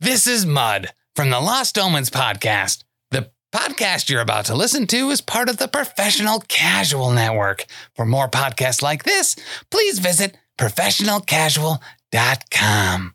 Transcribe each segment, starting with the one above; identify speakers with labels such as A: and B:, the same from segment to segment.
A: This is Mud from the Lost Omens podcast. The podcast you're about to listen to is part of the Professional Casual Network. For more podcasts like this, please visit professionalcasual.com.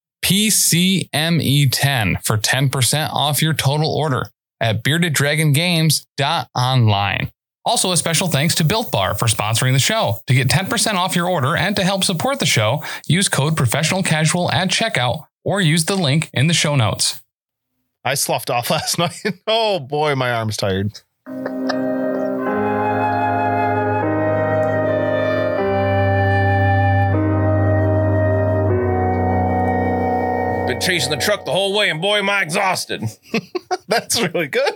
B: PCME10 E for 10% off your total order at beardeddragongames.online. Also, a special thanks to Built Bar for sponsoring the show. To get 10% off your order and to help support the show, use code professional casual at checkout or use the link in the show notes.
C: I sloughed off last night. oh boy, my arm's tired.
D: Been chasing the truck the whole way, and boy, am I exhausted. It's
C: That's really good.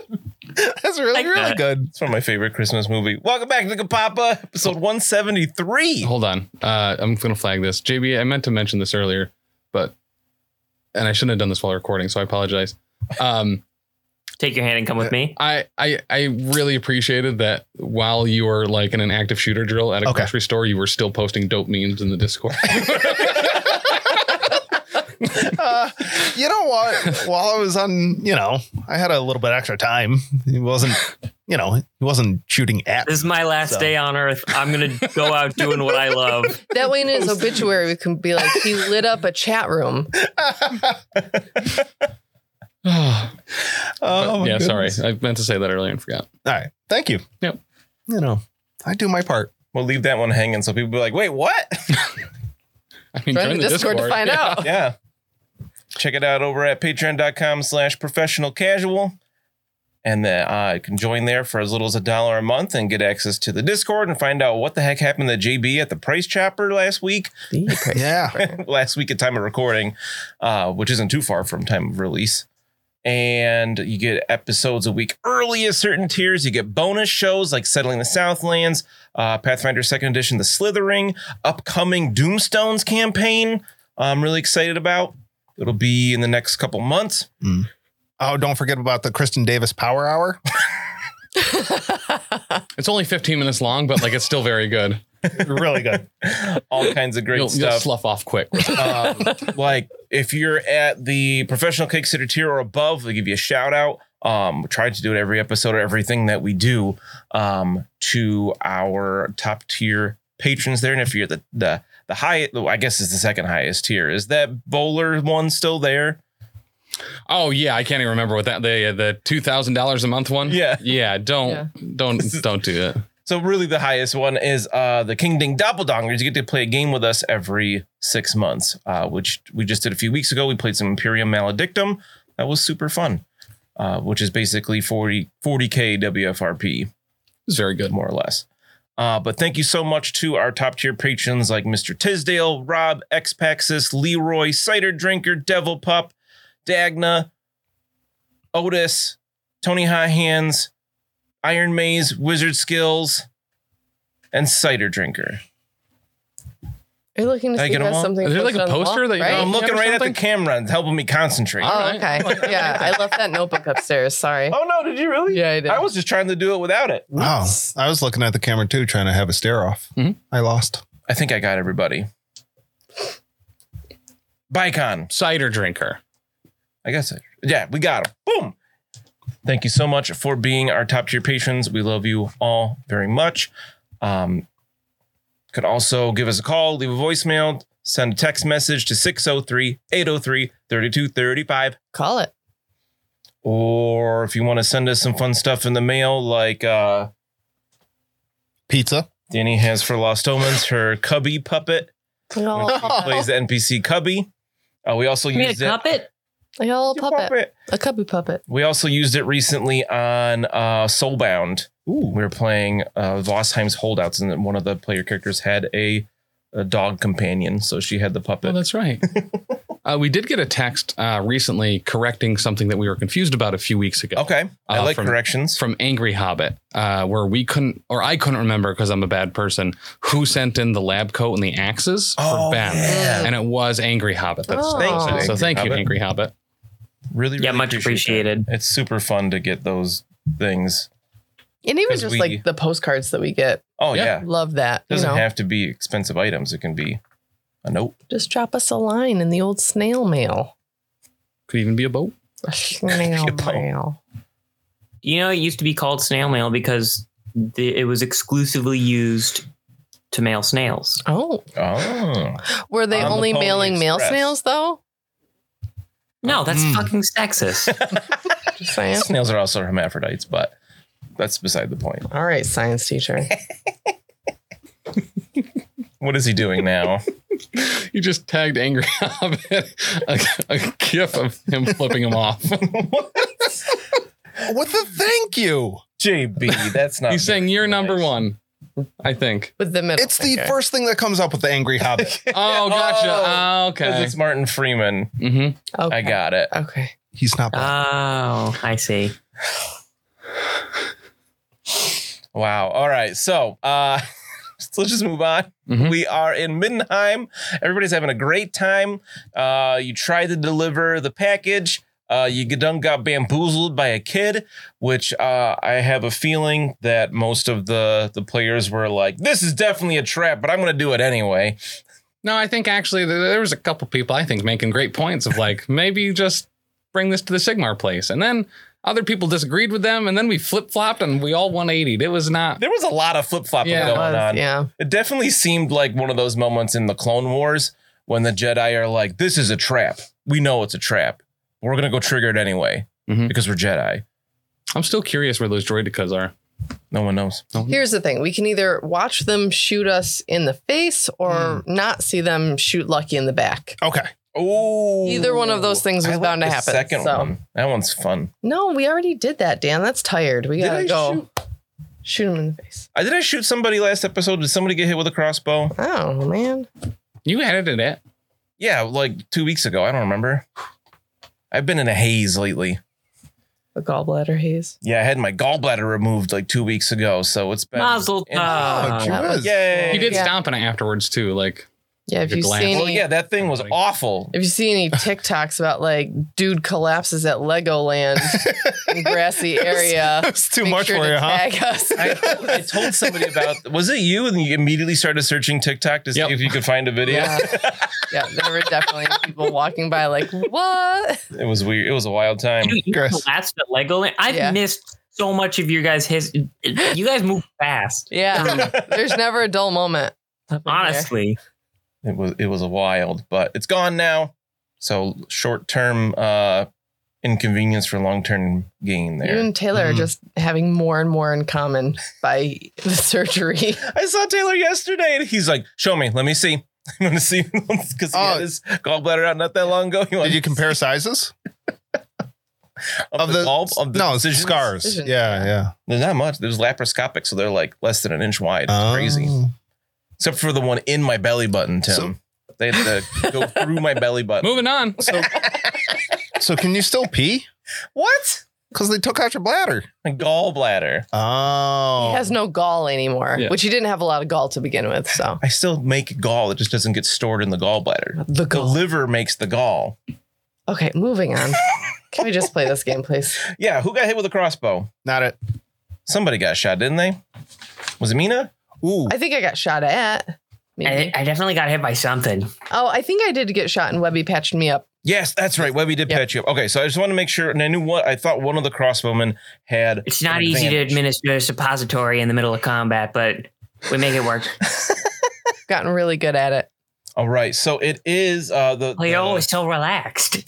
C: That's really, really
D: that.
C: good.
D: one of my favorite Christmas movie. Welcome back to the Papa, episode 173.
E: hold on. Uh, I'm going to flag this. JB, I meant to mention this earlier, but, and I shouldn't have done this while recording, so I apologize. Um,
F: Take your hand and come with me.
E: I, I, I really appreciated that while you were like in an active shooter drill at a
C: Okay.
E: grocery store, you were still posting dope memes in the Discord.
C: Uh, you know what? While I was on, you know, I had a little bit extra time. He wasn't, you know, he wasn't shooting at.
F: This is my last
C: So-
F: day on Earth. I'm gonna go out doing what I love.
G: That way in his obituary, we can be like, he lit up a chat room.
E: oh,
C: Oh, my
E: yeah, sorry.
C: goodness.
E: I meant to say that earlier and forgot.
C: All right. Thank you.
E: Yep.
C: You know, I do my part.
D: We'll leave that one hanging so people be like, wait, what?
E: I mean,
G: Join the Discord, to find
E: yeah.
G: out.
D: yeah. Check it out over at patreon.com slash professional casual. And then uh, you can join there for as little as a dollar a month and get access to the Discord and find out what the heck happened to JB at the Price Chopper last week.
C: Yeah.
D: last week at time of recording, uh, which isn't too far from time of release. And you get episodes a week early at certain tiers. You get bonus shows like Settling the Southlands, uh, Pathfinder Second Edition, The Slithering, upcoming Doomstones campaign. I'm really excited about. It'll be in the next couple months.
C: Oh, don't forget about the Kristen Davis Power Hour.
E: It's only 15 minutes long, but like it's still very good.
C: really good.
D: All kinds of great
E: you'll, you'll
D: stuff.
E: slough off quick.
D: um, like if you're at the professional cake sitter tier or above, they give you a shout out. Um, we try to do it every episode or everything that we do um, to our top tier patrons there. And if you're the the the high, I guess is the second highest tier. Is that bowler one still there?
E: Oh yeah, I can't even remember what that the the two thousand dollars a month one.
D: Yeah.
E: yeah. Don't
G: Yeah.
E: don't don't do that.
D: So really, the highest one is uh, the King Ding Doppeldongers. You get to play a game with us every six months, uh, which we just did a few weeks ago. We played some Imperium Maledictum. That was super fun, uh, which is basically 40 40k WFRP
E: It's very good.
D: more or less. Uh, but thank you so much to our top tier patrons like Mr. Tisdale, Rob, Xpaxis, Leroy, Cider Drinker, Devil Pup, Dagna, Otis, Tony High Hands, Iron Maze, Wizard Skills, and Cider Drinker.
G: Are you looking to
D: Did I
G: see
D: get them
G: if that's
D: all?
G: something?
E: Is there, like,
G: posted
E: a
G: on the
E: poster
G: wall,
E: that you-
G: right?
D: I'm looking
E: have
D: right at
E: something?
D: the camera and helping me concentrate.
G: Oh,
E: All right.
G: okay. Yeah, I left that notebook upstairs. Sorry.
D: Oh no, did you really?
G: Yeah, I did.
D: I was just trying to do it without it.
C: Wow. I was looking at the camera too, trying to have a stare off.
E: Mhm.
C: I lost.
D: I think I got everybody. Bicon.
E: Cider drinker.
D: I guess. I, yeah, we got him. Boom. Thank you so much for being our top tier patrons. We love you all very much. Um, could also give us a call, leave a voicemail, send a text message to 603 803 3235.
G: Call it.
D: Or if you want to send us some fun stuff in the mail, like uh,
C: Pizza.
D: Danny has for Lost Omens, her cubby puppet,
G: Y'all
D: who plays the NPC cubby. Uh, we also
F: You mean a
D: used it.
F: puppet?
G: puppet. A cubby puppet.
D: We also used it recently on uh, Soulbound. We were playing uh, Vossheim's Holdouts, and then one of
B: Oh,
D: the player characters had a, a dog companion, so she had the puppet.
E: that's right.
B: Uh, we did get a text uh, recently correcting something that we were confused about a few weeks ago.
D: Okay. I
B: Uh,
D: like
B: from-
D: corrections.
B: From Angry Hobbit, uh, where we couldn't, or I couldn't remember because I'm a bad person, who sent in the lab coat and the axes for
D: Oh,
B: Ben.
D: yeah.
B: And it was Angry Hobbit. That's
G: Oh.
D: Thanks,
B: so
D: Angry
B: thank you,
D: Hobbit.
B: Angry Hobbit.
D: Really,
F: Yeah,
D: really
F: much
D: appreciate that.
F: appreciated.
D: It's super fun to get those things.
G: And even
D: 'Cause
G: just
D: we-
G: like the postcards that we get.
D: Oh
B: Yeah.
D: yeah.
G: Love that. You
D: doesn't
G: know,
D: have to be expensive items. It can be a note.
G: just drop us a line in the old snail mail.
B: Could even be a boat.
G: A snail
D: Yep.
G: mail.
F: You know, it used to be called snail mail because the, it was exclusively used to mail snails.
G: Oh.
D: Oh,
G: Were they
D: On the
G: only
D: Pony
G: mailing mail
D: Express.
G: snails though?
F: No, that's
H: Mm.
F: fucking sexist.
G: Just saying.
D: snails are also hermaphrodites, but that's beside the point.
G: All right, science teacher.
D: What is he doing now?
B: You just tagged Angry Hobbit a, a gif of him flipping him off.
C: With a thank you.
D: JB, that's not.
B: He's saying
D: very
B: you're number
D: nice.
B: one, I think.
G: With the middle.
C: It's the
G: finger.
C: first thing that comes up with the angry hobbit.
B: Oh, gotcha.
D: Oh,
B: Oh,
D: 'Cause
B: okay.
D: it's Martin Freeman.
B: Mm-hmm.
G: Okay.
D: I got it.
G: Okay.
C: He's not black.
F: oh, I see.
D: Wow. All right. So, uh, so let's just move on.
B: Mhm.
D: We are in Mindenheim. Everybody's having a great time. Uh, you try to deliver the package. Uh, you get done got bamboozled by a kid, which uh, I have a feeling that most of the the players were like, "This is definitely a trap," but I'm going to do it anyway.
B: No, I think actually th- there was a couple people I think making great points of like maybe just bring this to the Sigmar place, and then other people disagreed with them, and then we flip flopped and we all 180. It was not.
D: There was a lot of flip flopping
B: Yeah, it
D: going
G: Was-
D: on.
G: yeah.
D: It definitely seemed like one of those moments in the Clone Wars when the Jedi are like, "This is a trap. We know it's a trap. We're gonna go trigger it anyway
B: Mhm.
D: because we're Jedi."
B: I'm still curious where those droidicas are.
D: No one knows.
G: Here's the thing. We can either watch them shoot us in the face or
D: Hmm.
G: not see them shoot Lucky in the back.
C: Okay.
D: Oh,
G: Either one of those things was bound to happen,
D: Second
G: so.
D: one. That one's fun.
G: No, we already did that, Dan. That's tired. We
D: Did
G: gotta
D: I
G: go. Shoot him in the face.
D: I did I shoot somebody last episode? Did somebody get hit with a crossbow?
G: Oh man.
B: You edited it.
D: Yeah, like two weeks ago. I don't remember. I've been in a haze lately.
G: The gallbladder haze.
D: Yeah, I had my gallbladder removed like two weeks ago, so it's been
F: Mazel
C: Oh,
F: tov.
G: uh, that was-
C: Jeez.
D: Yay.
B: He did
G: Yeah.
B: stomp on it afterwards too. Like
G: Yeah, if
B: Your
G: you see
B: gland.
G: any
D: Well, yeah, that thing was awful.
G: if you see any TikToks about like dude collapses at Legoland in grassy area.
C: That's too
G: make
C: much
G: sure
C: for
G: to
C: you, huh?
G: tag us.
D: I, told- I told somebody about. Was it you? And you immediately started searching TikTok to see
B: Yep.
D: if you could find a video.
G: Yeah. yeah, there were definitely people walking by like, what?
D: It was weird. It was a wild time.
F: You, you
C: Chris.
F: collapsed at Legoland. I've
G: Yeah.
F: missed so much of your guys' his. You guys move fast.
G: Yeah. There's never a dull moment. up in here.
F: Honestly,
D: It was it was a wild, but it's gone now. So short term uh, inconvenience for long term gain
G: You
D: there.
G: and Taylor are
C: Mhm.
G: just having more and more in common by the surgery.
D: I saw Taylor yesterday, and he's like, "Show me. Let me see. I want to see because he
C: Oh.
D: had his gallbladder out not that long ago. He
C: Did
D: wanted
C: you compare sizes
D: of the, gall- of the
C: no
D: incisions?
C: scars?
G: Incisions,
C: Yeah, yeah.
D: There's not much. There's laparoscopic, so they're like less than an inch wide. It's crazy.
C: Oh.
D: except for the one in my belly button, Tim.
C: So-
D: they had to go through my belly button.
B: moving on. So
C: So can you still pee?
D: What?
C: Because they took out your bladder.
D: My gallbladder.
C: Oh.
G: He has no gall anymore,
B: Yeah.
G: which he didn't have a lot of gall to begin with. So
D: I still make gall. It just doesn't get stored in the gallbladder.
G: the
D: The
G: gall.
D: liver makes the gall.
G: Okay, moving on. Can we just play this game, please?
D: Yeah, who got hit with a crossbow?
C: Not it.
D: Somebody got shot, didn't they? Was it Mina?
C: Ooh.
G: I think I got shot at.
F: I,
G: Maybe.
F: I definitely got hit by something.
G: Oh, I think I did get shot and Webby patched me up.
D: Yes, that's right. Webby did
G: Yep.
D: patch you up. Okay, so I just want to make sure, and I knew what I thought. One of the crossbowmen had.
F: It's not
D: an
F: easy to
D: advantage.
F: administer a suppository in the middle of combat, but we make it work.
G: Gotten really good at it.
D: All right, so it is uh, the.
F: Leo
D: the-
F: is so relaxed.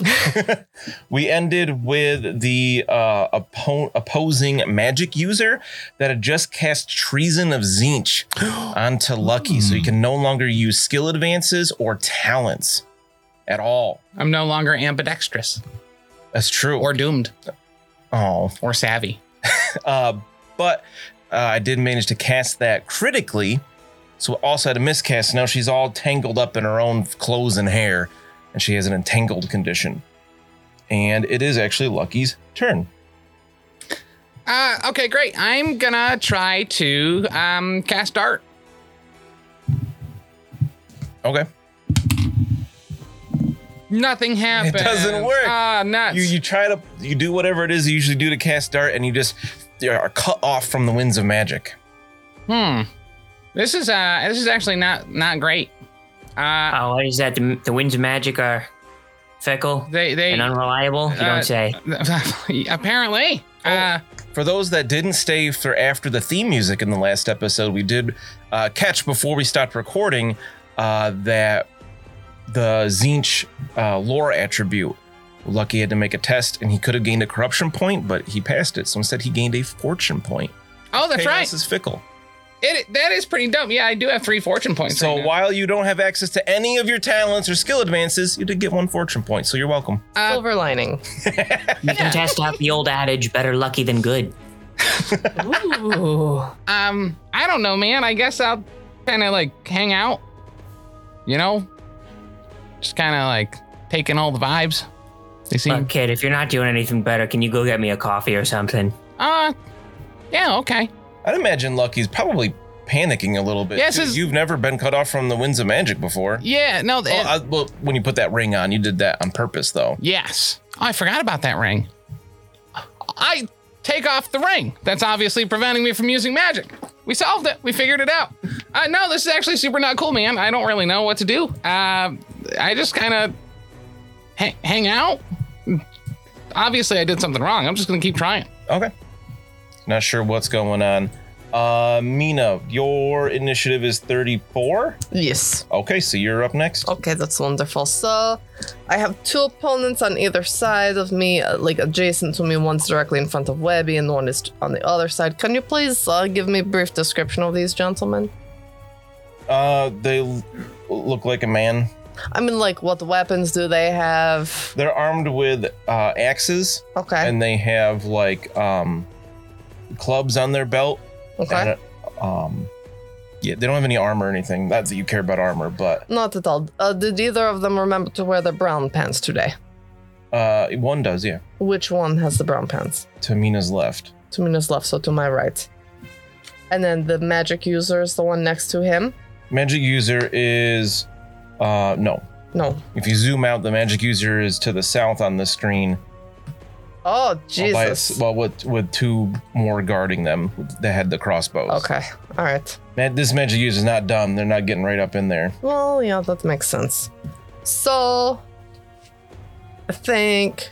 D: we ended with the uh, oppo- opposing magic user that had just cast Treason of Zinch onto Lucky, so you can no longer use skill advances or talents at all.
B: I'm no longer ambidextrous
D: That's true.
B: or doomed
D: oh,
B: or savvy.
D: uh, but uh, I did manage to cast that critically, so also had a miscast. Now she's all tangled up in her own clothes and hair, and and she has an entangled condition. And it is actually Lucky's turn.
B: Uh, okay, great. I'm gonna try to um, cast art.
D: Okay.
B: Nothing happens.
D: doesn't work.
B: Ah, nuts.
D: You you try to you do whatever it is you usually do to cast dart, and you just you are cut off from the winds of magic.
B: hmm. This is uh, this is actually not not great. Uh,
F: Oh, is that the, the winds of magic are fickle
B: they they
F: and unreliable? You
B: uh,
F: don't say.
B: apparently. Uh,
D: For those that didn't stay for after the theme music in the last episode, we did uh, catch before we stopped recording uh, that the Zinch uh, lore attribute. Lucky had to make a test, and he could have gained a corruption point, but he passed it. So instead, he gained a fortune point.
B: oh, that's
D: Chaos
B: right.
D: is fickle.
B: It, that is pretty dope. Yeah, I do have three fortune points.
D: So
B: right now.
D: while you don't have access to any of your talents or skill advances, you did get one fortune point. So you're welcome.
B: Uh,
G: Silver lining.
F: You can test out the old adage better lucky than good.
G: Ooh.
B: um, I don't know, man. I guess I'll kind of like hang out. You know, just kind of like taking all the vibes. They seem.
F: Look, kid, if you're not doing anything better, can you go get me a coffee or something?
B: Uh, yeah, okay.
D: I'd imagine Lucky's probably panicking a little bit.
B: Yes,
D: too.
B: it's-
D: you've never been cut off from the winds of magic before.
B: Yeah, no, th-
D: Well, I- well, when you put that ring on, you did that on purpose, though.
B: yes. Oh, I forgot about that ring. I take off the ring. That's obviously preventing me from using magic. We solved it. We figured it out. Uh, no, this is actually super not cool, man. I don't really know what to do. Uh, I just kind of ha- hang out. Obviously, I did something wrong. I'm just gonna keep trying.
D: Okay. Not sure what's going on. Uh, Mina, your initiative is 34.
G: Yes.
D: Okay, so you're up next.
G: Okay, that's wonderful. So I have two opponents on either side of me, uh, like adjacent to me. One's directly in front of Webby, and one is on the other side. Can you please uh, give me a brief description of these gentlemen?
D: Uh, they l- look like a man.
G: I mean, like, what weapons do they have?
D: They're armed with uh, axes,
G: Okay.
D: and they have like um, clubs on their belt.
G: okay.
D: And, uh, um, yeah, they don't have any armor or anything. Not that you care about armor, but
G: Not at all. Uh, did either of them remember to wear the brown pants today?
D: uh, one does, yeah.
G: Which one has the brown pants?
D: To Mina's left.
G: To Mina's left, so to my right. And then the magic user is the one next to him.
D: Magic user is, uh, no.
G: No.
D: If you zoom out, the magic user is to the south on the screen.
G: Oh,
D: Well, by
G: Jesus.
D: its- well, with with two more guarding them that had the crossbows.
G: Okay. All right.
D: Man, this magic user is not dumb. They're not getting right up in there.
G: Well, yeah, that makes sense. So, I think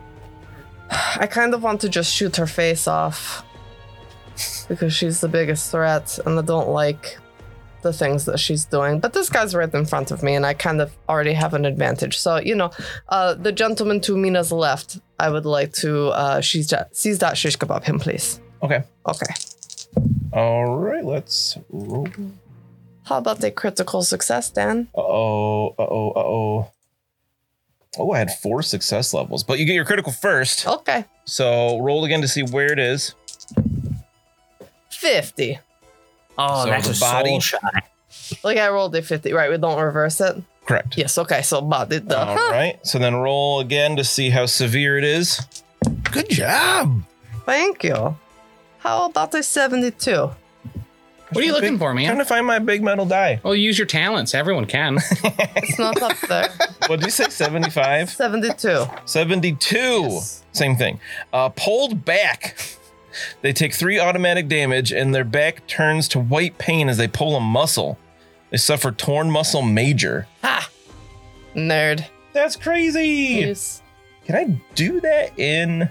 G: I kind of want to just shoot her face off because she's the biggest threat, and I don't like the things that she's doing. But this guy's right in front of me, and I kind of already have an advantage. So, you know, uh, the gentleman to Mina's left, I would like to uh, she's that, seize that shish kebab him, please.
D: Okay.
G: Okay.
D: All right, let's roll.
G: How about a critical success, Dan?
D: Uh oh. Uh oh. Uh oh. Oh, I had four success levels, but you get your critical first.
G: Okay.
D: So roll again to see where it is.
G: 50.
F: Oh,
D: So
F: that's
D: the
F: a
D: body-
F: soul shot.
G: Like I rolled a 50, right? We don't reverse it.
D: Correct.
G: Yes, okay, so body the
D: All right. So then roll again to see how severe it is.
C: Good job.
G: Thank you. How about a 72?
B: What are you looking for,
D: Trying
B: man?
D: to find my big metal die.
B: Well, use your talents. Everyone can.
G: It's not up there.
D: What did you say? 75?
G: 72.
D: 72. Same thing. Uh, pulled back. They take three automatic damage and their back turns to white pain as they pull a muscle. They suffer torn muscle major.
G: Nerd.
D: That's crazy.
G: Yes.
D: Can I do that in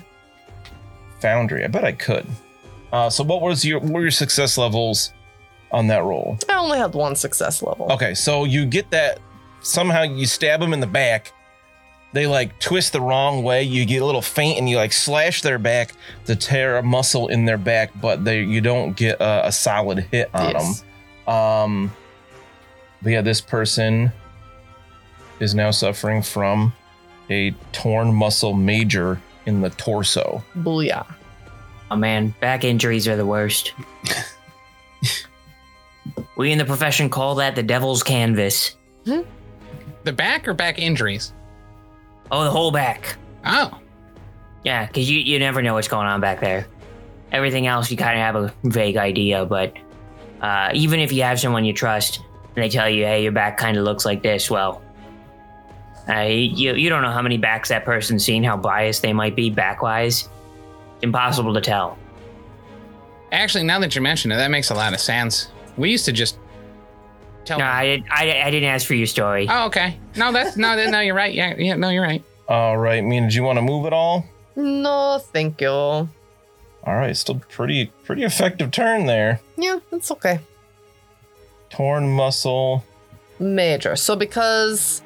D: Foundry? I bet I could. Uh, so what was your what were your success levels on that roll?
G: I only had one success level.
D: Okay, so you get that somehow you stab them in the back. They like twist the wrong way. You get a little faint and you like slash their back to tear a muscle in their back, but they you don't get a, a solid hit on
G: Yes.
D: them. Um, but yeah, this person is now suffering from a torn muscle major in the torso.
G: Booyah.
F: Oh man, back injuries are the worst. we in the profession call that the devil's canvas.
B: The back or back injuries?
F: Oh, the whole back.
B: Oh,
F: Yeah, because you, you never know what's going on back there. Everything else, you kind of have a vague idea, but uh, even if you have someone you trust and they tell you, hey, your back kind of looks like this, well, uh, you, you don't know how many backs that person's seen, how biased they might be backwise. Impossible to tell.
B: actually, now that you mention it, that makes a lot of sense. We used to just tell.
F: No, I, did, I, I didn't ask for your story.
B: oh, okay. No, that's no, that- no. You're right. Yeah, yeah. No, you're right.
D: All right, Mina, do you want to move at all?
G: No, thank you.
D: All right, still pretty pretty effective turn there.
G: Yeah, it's okay.
D: Torn muscle.
G: Major. So because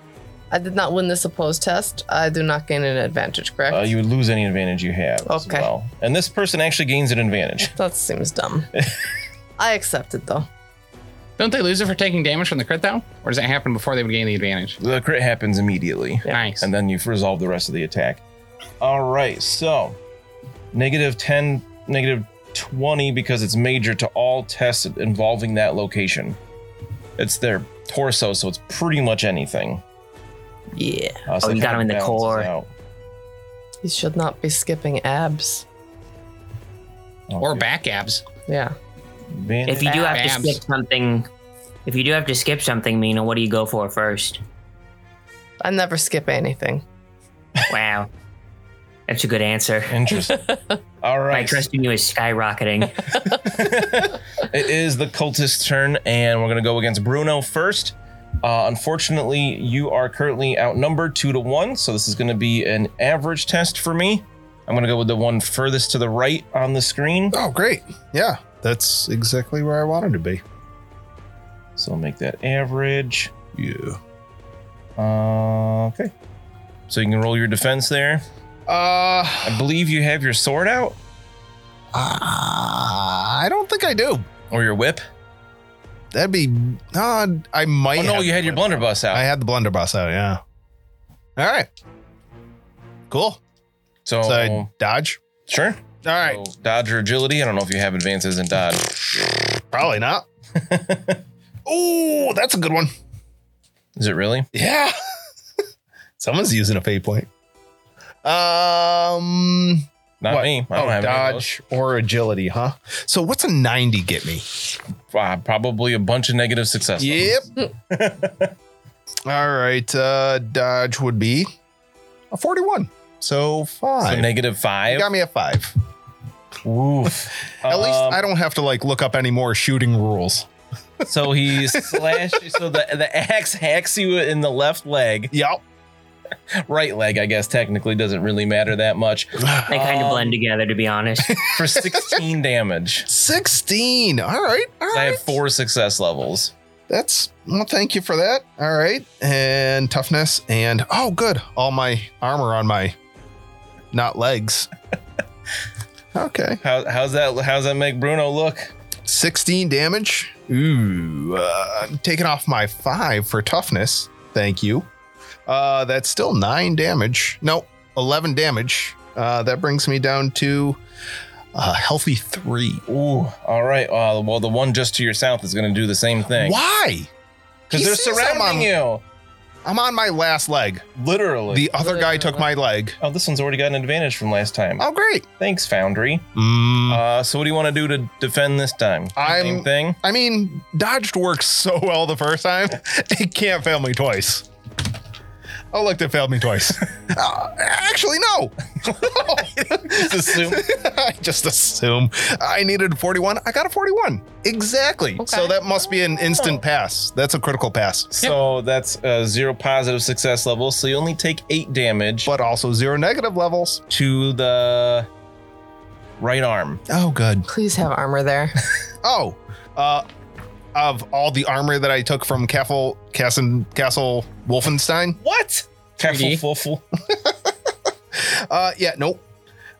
G: I did not win this opposed test, I do not gain an advantage, correct?
D: Uh, you would lose any advantage you have as
G: Okay.
D: well. And this person actually gains an advantage.
G: that seems dumb. I accept it though.
B: Don't they lose it for taking damage from the crit though, or does that happen before they would gain the advantage?
D: The crit happens immediately,
B: Nice.
D: and then you've resolved the rest of the attack. All right, so negative 10, negative 20 because it's major to all tests involving that location. It's their torso, so it's pretty much anything.
G: Yeah.
D: Uh, so
F: Oh,
D: it
F: you got
D: kinda
F: him in the
D: balances
F: core.
D: out.
G: You should not be skipping abs.
B: or
D: Okay.
B: back abs.
G: Yeah.
D: Advantage.
F: If you do have to
B: Abs.
F: skip something, if you do have to skip something, Mina, what do you go for first?
G: I never skip anything.
F: Wow. That's a good answer.
D: Interesting. All
F: My
D: right.
F: trust in you is skyrocketing.
D: It is the cultist's turn, and we're going to go against Bruno first. Uh, unfortunately, you are currently outnumbered two to one, so this is going to be an average test for me. I'm going to go with the one furthest to the right on the screen.
C: Oh, great. Yeah, that's exactly where I wanted to be.
D: So I'll make that average.
C: Yeah.
D: Uh, okay. So you can roll your defense there.
C: Uh,
D: I believe you have your sword out
C: I don't think I do.
D: or your whip.
C: That'd be. Uh, I might.
D: Oh, no,
C: have
D: you had your
C: the blunderbuss.
D: blunderbuss out.
C: I had the blunderbuss out. Yeah. All right. Cool.
D: so,
C: So I dodge.
D: sure.
C: All right.
D: So dodge or agility. I don't know if you have advances in dodge.
C: Probably not. oh, that's a good one.
D: Is it really?
C: Yeah. Someone's using a fate point. Um.
D: Not
C: What?
D: me. I don't
C: oh,
D: have any of those.
C: dodge or agility, huh? So what's a 90 get me?
D: uh, probably a bunch of negative success.
C: Yep. All right. Uh, dodge would be a 41. So
D: So
C: five.
D: negative
C: you
D: five.
C: got me at five.
D: Oof.
C: At least
D: Um,
C: I don't have to like look up any more shooting rules.
D: so he slashed. So the the axe hacks you in the left leg,
C: Yep.
D: right leg. I guess technically doesn't really matter that much.
F: They kind
D: Um,
F: of blend together, to be honest.
D: For sixteen damage,
C: 16. All right. All right.
D: I have four success levels.
C: That's well, thank you for that. All right. And toughness and oh good. All my armor on my not legs. okay.
D: How, how's that? How's that make Bruno look?
C: 16 damage. Ooh. Uh, taking off my five for toughness. Thank you. Uh, that's still nine damage. No, 11 damage. Uh, that brings me down to a healthy three.
D: Ooh. All right. Uh, well, the one just to your south is going to do the same thing
C: Why?
D: because
C: He
D: they're
C: sees
D: surrounding you.
C: I'm on my last leg.
D: Literally.
C: The other guy took my leg.
D: oh, this one's already got an advantage from last time.
C: Oh, great.
D: Thanks, Foundry.
C: Mm.
D: Uh, so what do you want to do to defend this time?
C: I'm-
D: Same thing.
C: I mean, dodged works so well the first time, it can't fail me twice. Oh, look, that failed me twice. Uh, actually, no.
D: Just assume.
C: I just assume I needed 41. I got a 41. Exactly. So that must be an instant pass. That's a critical pass,
D: So that's uh, zero positive success level. So you only take eight damage
C: but also zero negative levels.
D: to the right arm.
C: Oh, good.
G: Please have armor there.
C: Oh, uh, of all the armor that I took from Castle, Castle, Castle Wolfenstein,
D: What? Careful,
B: 3D.
D: fuffle.
C: Uh, yeah, nope.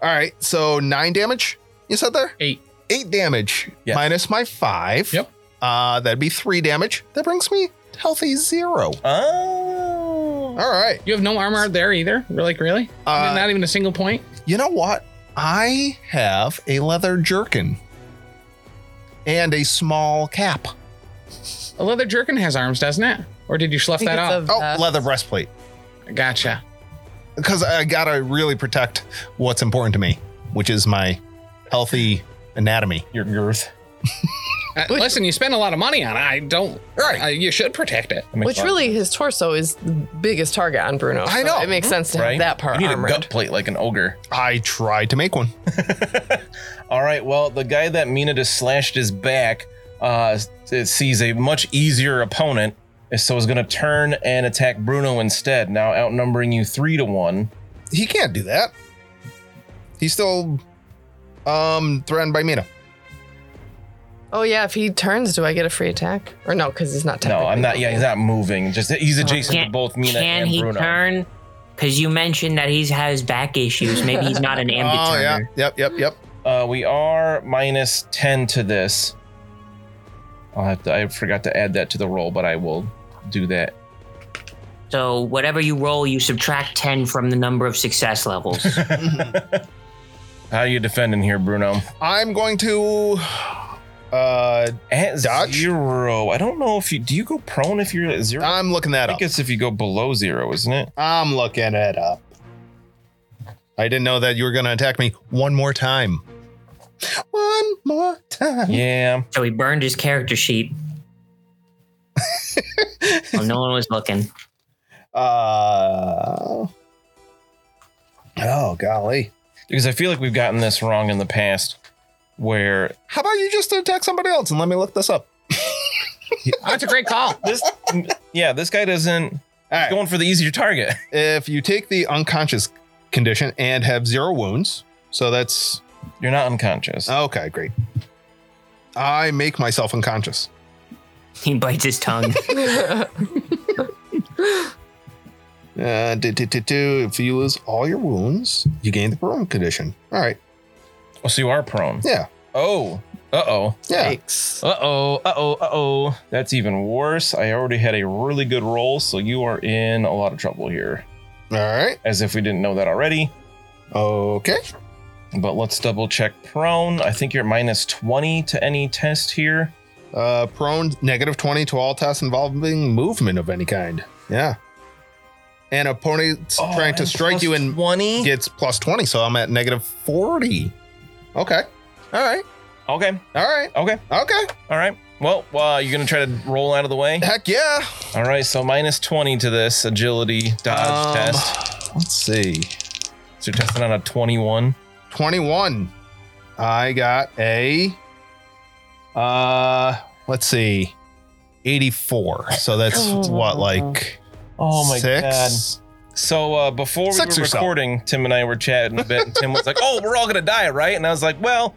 C: All right, so nine damage. You said there
B: Eight.
C: eight damage
D: Yes.
C: minus my five.
B: Yep.
C: Uh, that'd be three damage. That brings me to healthy zero.
D: Oh.
C: All right.
B: You have no armor there either. Like really?
C: Uh,
B: Not even a single point.
C: you know what? I have a leather jerkin and a small cap.
B: A leather jerkin has arms, doesn't it? Or did you
G: I
B: slough
G: think
B: that
G: it's a
B: off?
C: Oh,
G: vest.
C: leather breastplate.
B: Gotcha.
C: Because I gotta really protect what's important to me, which is my healthy anatomy.
D: Your girth.
B: Uh, listen, you spend a lot of money on it. I don't.
C: Right.
B: Uh, you should protect it.
D: That makes
G: Which
D: a lot-
G: really, his torso is the biggest target on Bruno.
C: I
G: so
C: know.
G: it makes sense to
D: right?
G: have that part
D: You need a
G: armored.
D: gut plate like an ogre.
C: I tried to make one.
D: All right. Well, the guy that Mina just slashed his back uh, s- sees a much easier opponent, so is going to turn and attack Bruno instead. Now outnumbering you three to one.
C: He can't do that. He's still um threatened by Mina.
G: Oh yeah, if he turns, do I get a free attack? Or no, because he's not.
D: No, I'm
G: technically
D: not. Yeah, he's not moving. Just he's adjacent to
F: Oh, Can,
D: both Mina
F: can
D: and
F: he
D: Bruno.
F: turn? Because you mentioned that he has back issues. Maybe he's not an
C: Oh yeah.
F: ambiturner.
C: Yep. Yep. Yep.
D: Uh, we are minus ten to this. I'll have to. I forgot to add that to the roll, but I will do that.
F: So whatever you roll, you subtract ten from the number of success levels.
D: How are you defending here, Bruno?
C: I'm going to. Uh,
D: At
C: Dodge?
D: zero. I don't know if you do. You go prone if you're at zero.
C: I'm looking that
D: I
C: up.
D: think it's if you go below zero, isn't it?
C: I'm looking it up. I didn't know that you were going to attack me one more time. One more time.
D: Yeah.
F: so he burned his character sheet. well, no one was looking.
C: Uh, oh, golly.
D: Because I feel like we've gotten this wrong in the past where
C: How about you just attack somebody else and let me look this up?
B: Oh, it's a great call.
D: this yeah, this guy doesn't
C: All right.
D: going for the easier target.
C: If you take the unconscious condition and have zero wounds, so that's
D: You're not unconscious.
C: okay, great. I make myself unconscious.
F: He bites his tongue.
C: Uh, do, do, do, do. If you lose all your wounds, you gain the prone condition. All right.
D: Oh, so you are prone.
C: Yeah.
D: Oh. Uh-oh.
C: Yeah.
G: Yikes.
D: Uh-oh. Uh-oh. Uh-oh. That's even worse. I already had a really good roll, so you are in a lot of trouble here.
C: All right.
D: As if we didn't know that already.
C: Okay.
D: But let's double check prone. I think you're minus 20 to any test here.
C: Uh, prone negative 20 to all tests involving movement of any kind. Yeah. And opponents
D: Oh,
C: trying to
D: and
C: strike
D: plus
C: you and
D: 20.
C: gets plus 20, so I'm at negative 40. Okay. All right.
D: okay.
C: All right.
D: Okay.
C: Okay.
D: All right. Well, uh, you're gonna try to roll out of the way.
C: Heck yeah.
D: All right. So minus twenty to this agility dodge
C: Um,
D: test.
C: Let's see.
D: So you're testing on a twenty-one.
C: 21. I got a uh let's see. 84. So that's what like
D: Oh my god.
C: six?
D: So uh, before we
C: Six
D: were
C: or so.
D: recording, Tim and I were chatting a bit, and Tim was like, "Oh, we're all gonna die, right?" And I was like, "Well."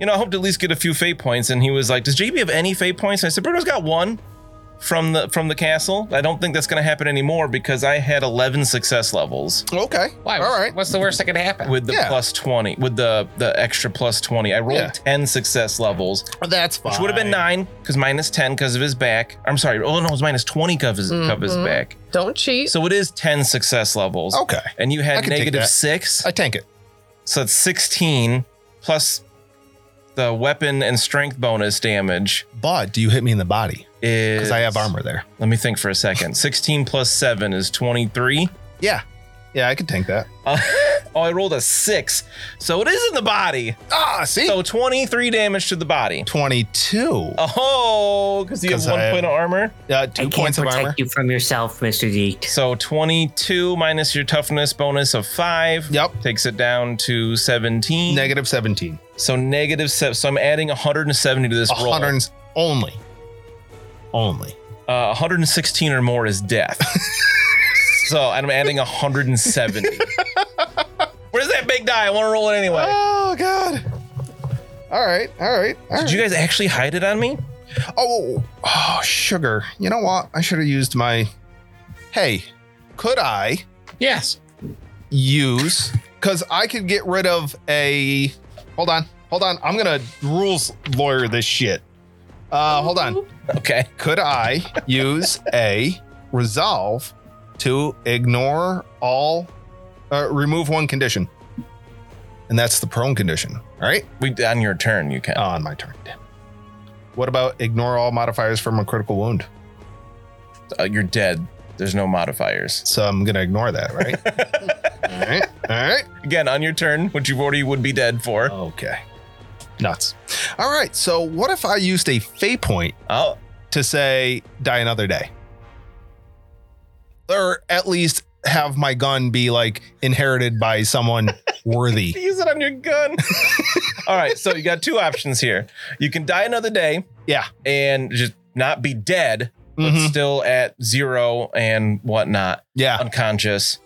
D: You know, I hope to at least get a few fate points. And he was like, "Does JB have any fate points?" And I said, "Bruno's got one from the from the castle. I don't think that's going to happen anymore because I had 11 success levels
C: Okay.
B: Why?
C: All right.
B: What's the worst that could happen?
D: with the
C: Yeah.
D: plus 20, with the the extra plus 20. I rolled
C: Yeah.
D: 10 success levels.
C: That's fine.
D: Which would have been nine, because minus ten because of his back. I'm sorry. Oh no, it was minus twenty because of his, 'cause of his
G: Mhm.
D: back.
G: Don't cheat.
D: So it is ten success levels,
C: Okay.
D: and you
C: Oh, I
D: had
C: can take
D: negative
C: that.
D: six,
C: I tank it.
D: so it's sixteen plus the weapon and strength bonus damage
C: But do you hit me in the body?
D: is.
C: Because I have armor there.
D: Let me think for a second. Sixteen plus seven is twenty-three.
C: Yeah. Yeah, I could tank that.
D: Uh, oh, I rolled a six, so it is in the body.
C: Ah, see?
D: So twenty-three damage to the body.
C: 22.
D: Oh, because you have
C: 'Cause
D: one
C: I have-
D: point of armor.
C: Uh,
F: I
C: two
F: can't
C: points of armor.
F: protect you from yourself, Mister Zeke.
D: So 22 minus your toughness bonus of five
C: Yep.
D: takes it down to 17.
C: Negative 17.
D: so negative seven. So I'm adding 170 to this roll.
C: 100 s- only. Only.
D: Uh, 116 or more is death. so I'm adding 170. Where's that big die? I want to roll it anyway.
C: Oh god. All right. All right. All
D: Did
C: right.
D: you guys actually hide it on me?
C: Oh, oh, sugar. You know what? I should have used my. Hey, could I
B: yes.
C: use? Because I could get rid of a. Hold on. Hold on. I'm going to rules lawyer this shit. Uh, hold on.
D: Okay.
C: Could I use a resolve to ignore all. Uh, remove one condition? And that's the prone condition. All right.
D: We on your turn, you
C: Oh.
D: can.
C: On my turn. Damn it. What about ignore all modifiers from a critical wound?
D: Uh, you're dead. There's no modifiers.
C: So I'm gonna ignore that, right? all right. All right.
D: Again, on your turn, which you've already would be dead for.
C: Okay. Nuts. All right. So what if I used a fate point
D: Oh,
C: to say die another day? Or at least have my gun be like inherited by someone worthy.
D: use it on your gun. All right, so you got two options here. You can die another day.
C: Yeah.
D: And just not be dead, but
C: Mhm.
D: still at zero and whatnot,
C: Yeah.
D: unconscious,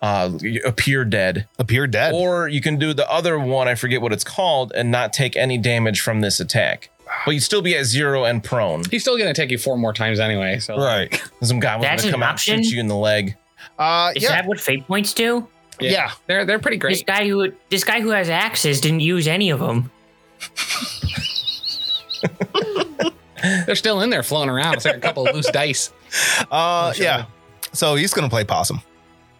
D: uh, you appear dead.
C: Appear dead.
D: Or you can do the other one, I forget what it's called, and not take any damage from this attack. But you'd still be at zero and prone.
B: He's still gonna take you four more times anyway. So
C: right.
D: Some guy was
F: That's
D: gonna
F: an
D: come out and shoot
F: option?
D: you in the leg.
C: Uh
F: Is
C: yeah.
F: that what fate points do?
C: yeah.
B: they're they're pretty
F: This
B: great.
F: guy who this guy who has axes didn't use any of them.
B: They're still in there floating around. It's like a couple of loose dice.
C: Uh yeah. So he's gonna play possum.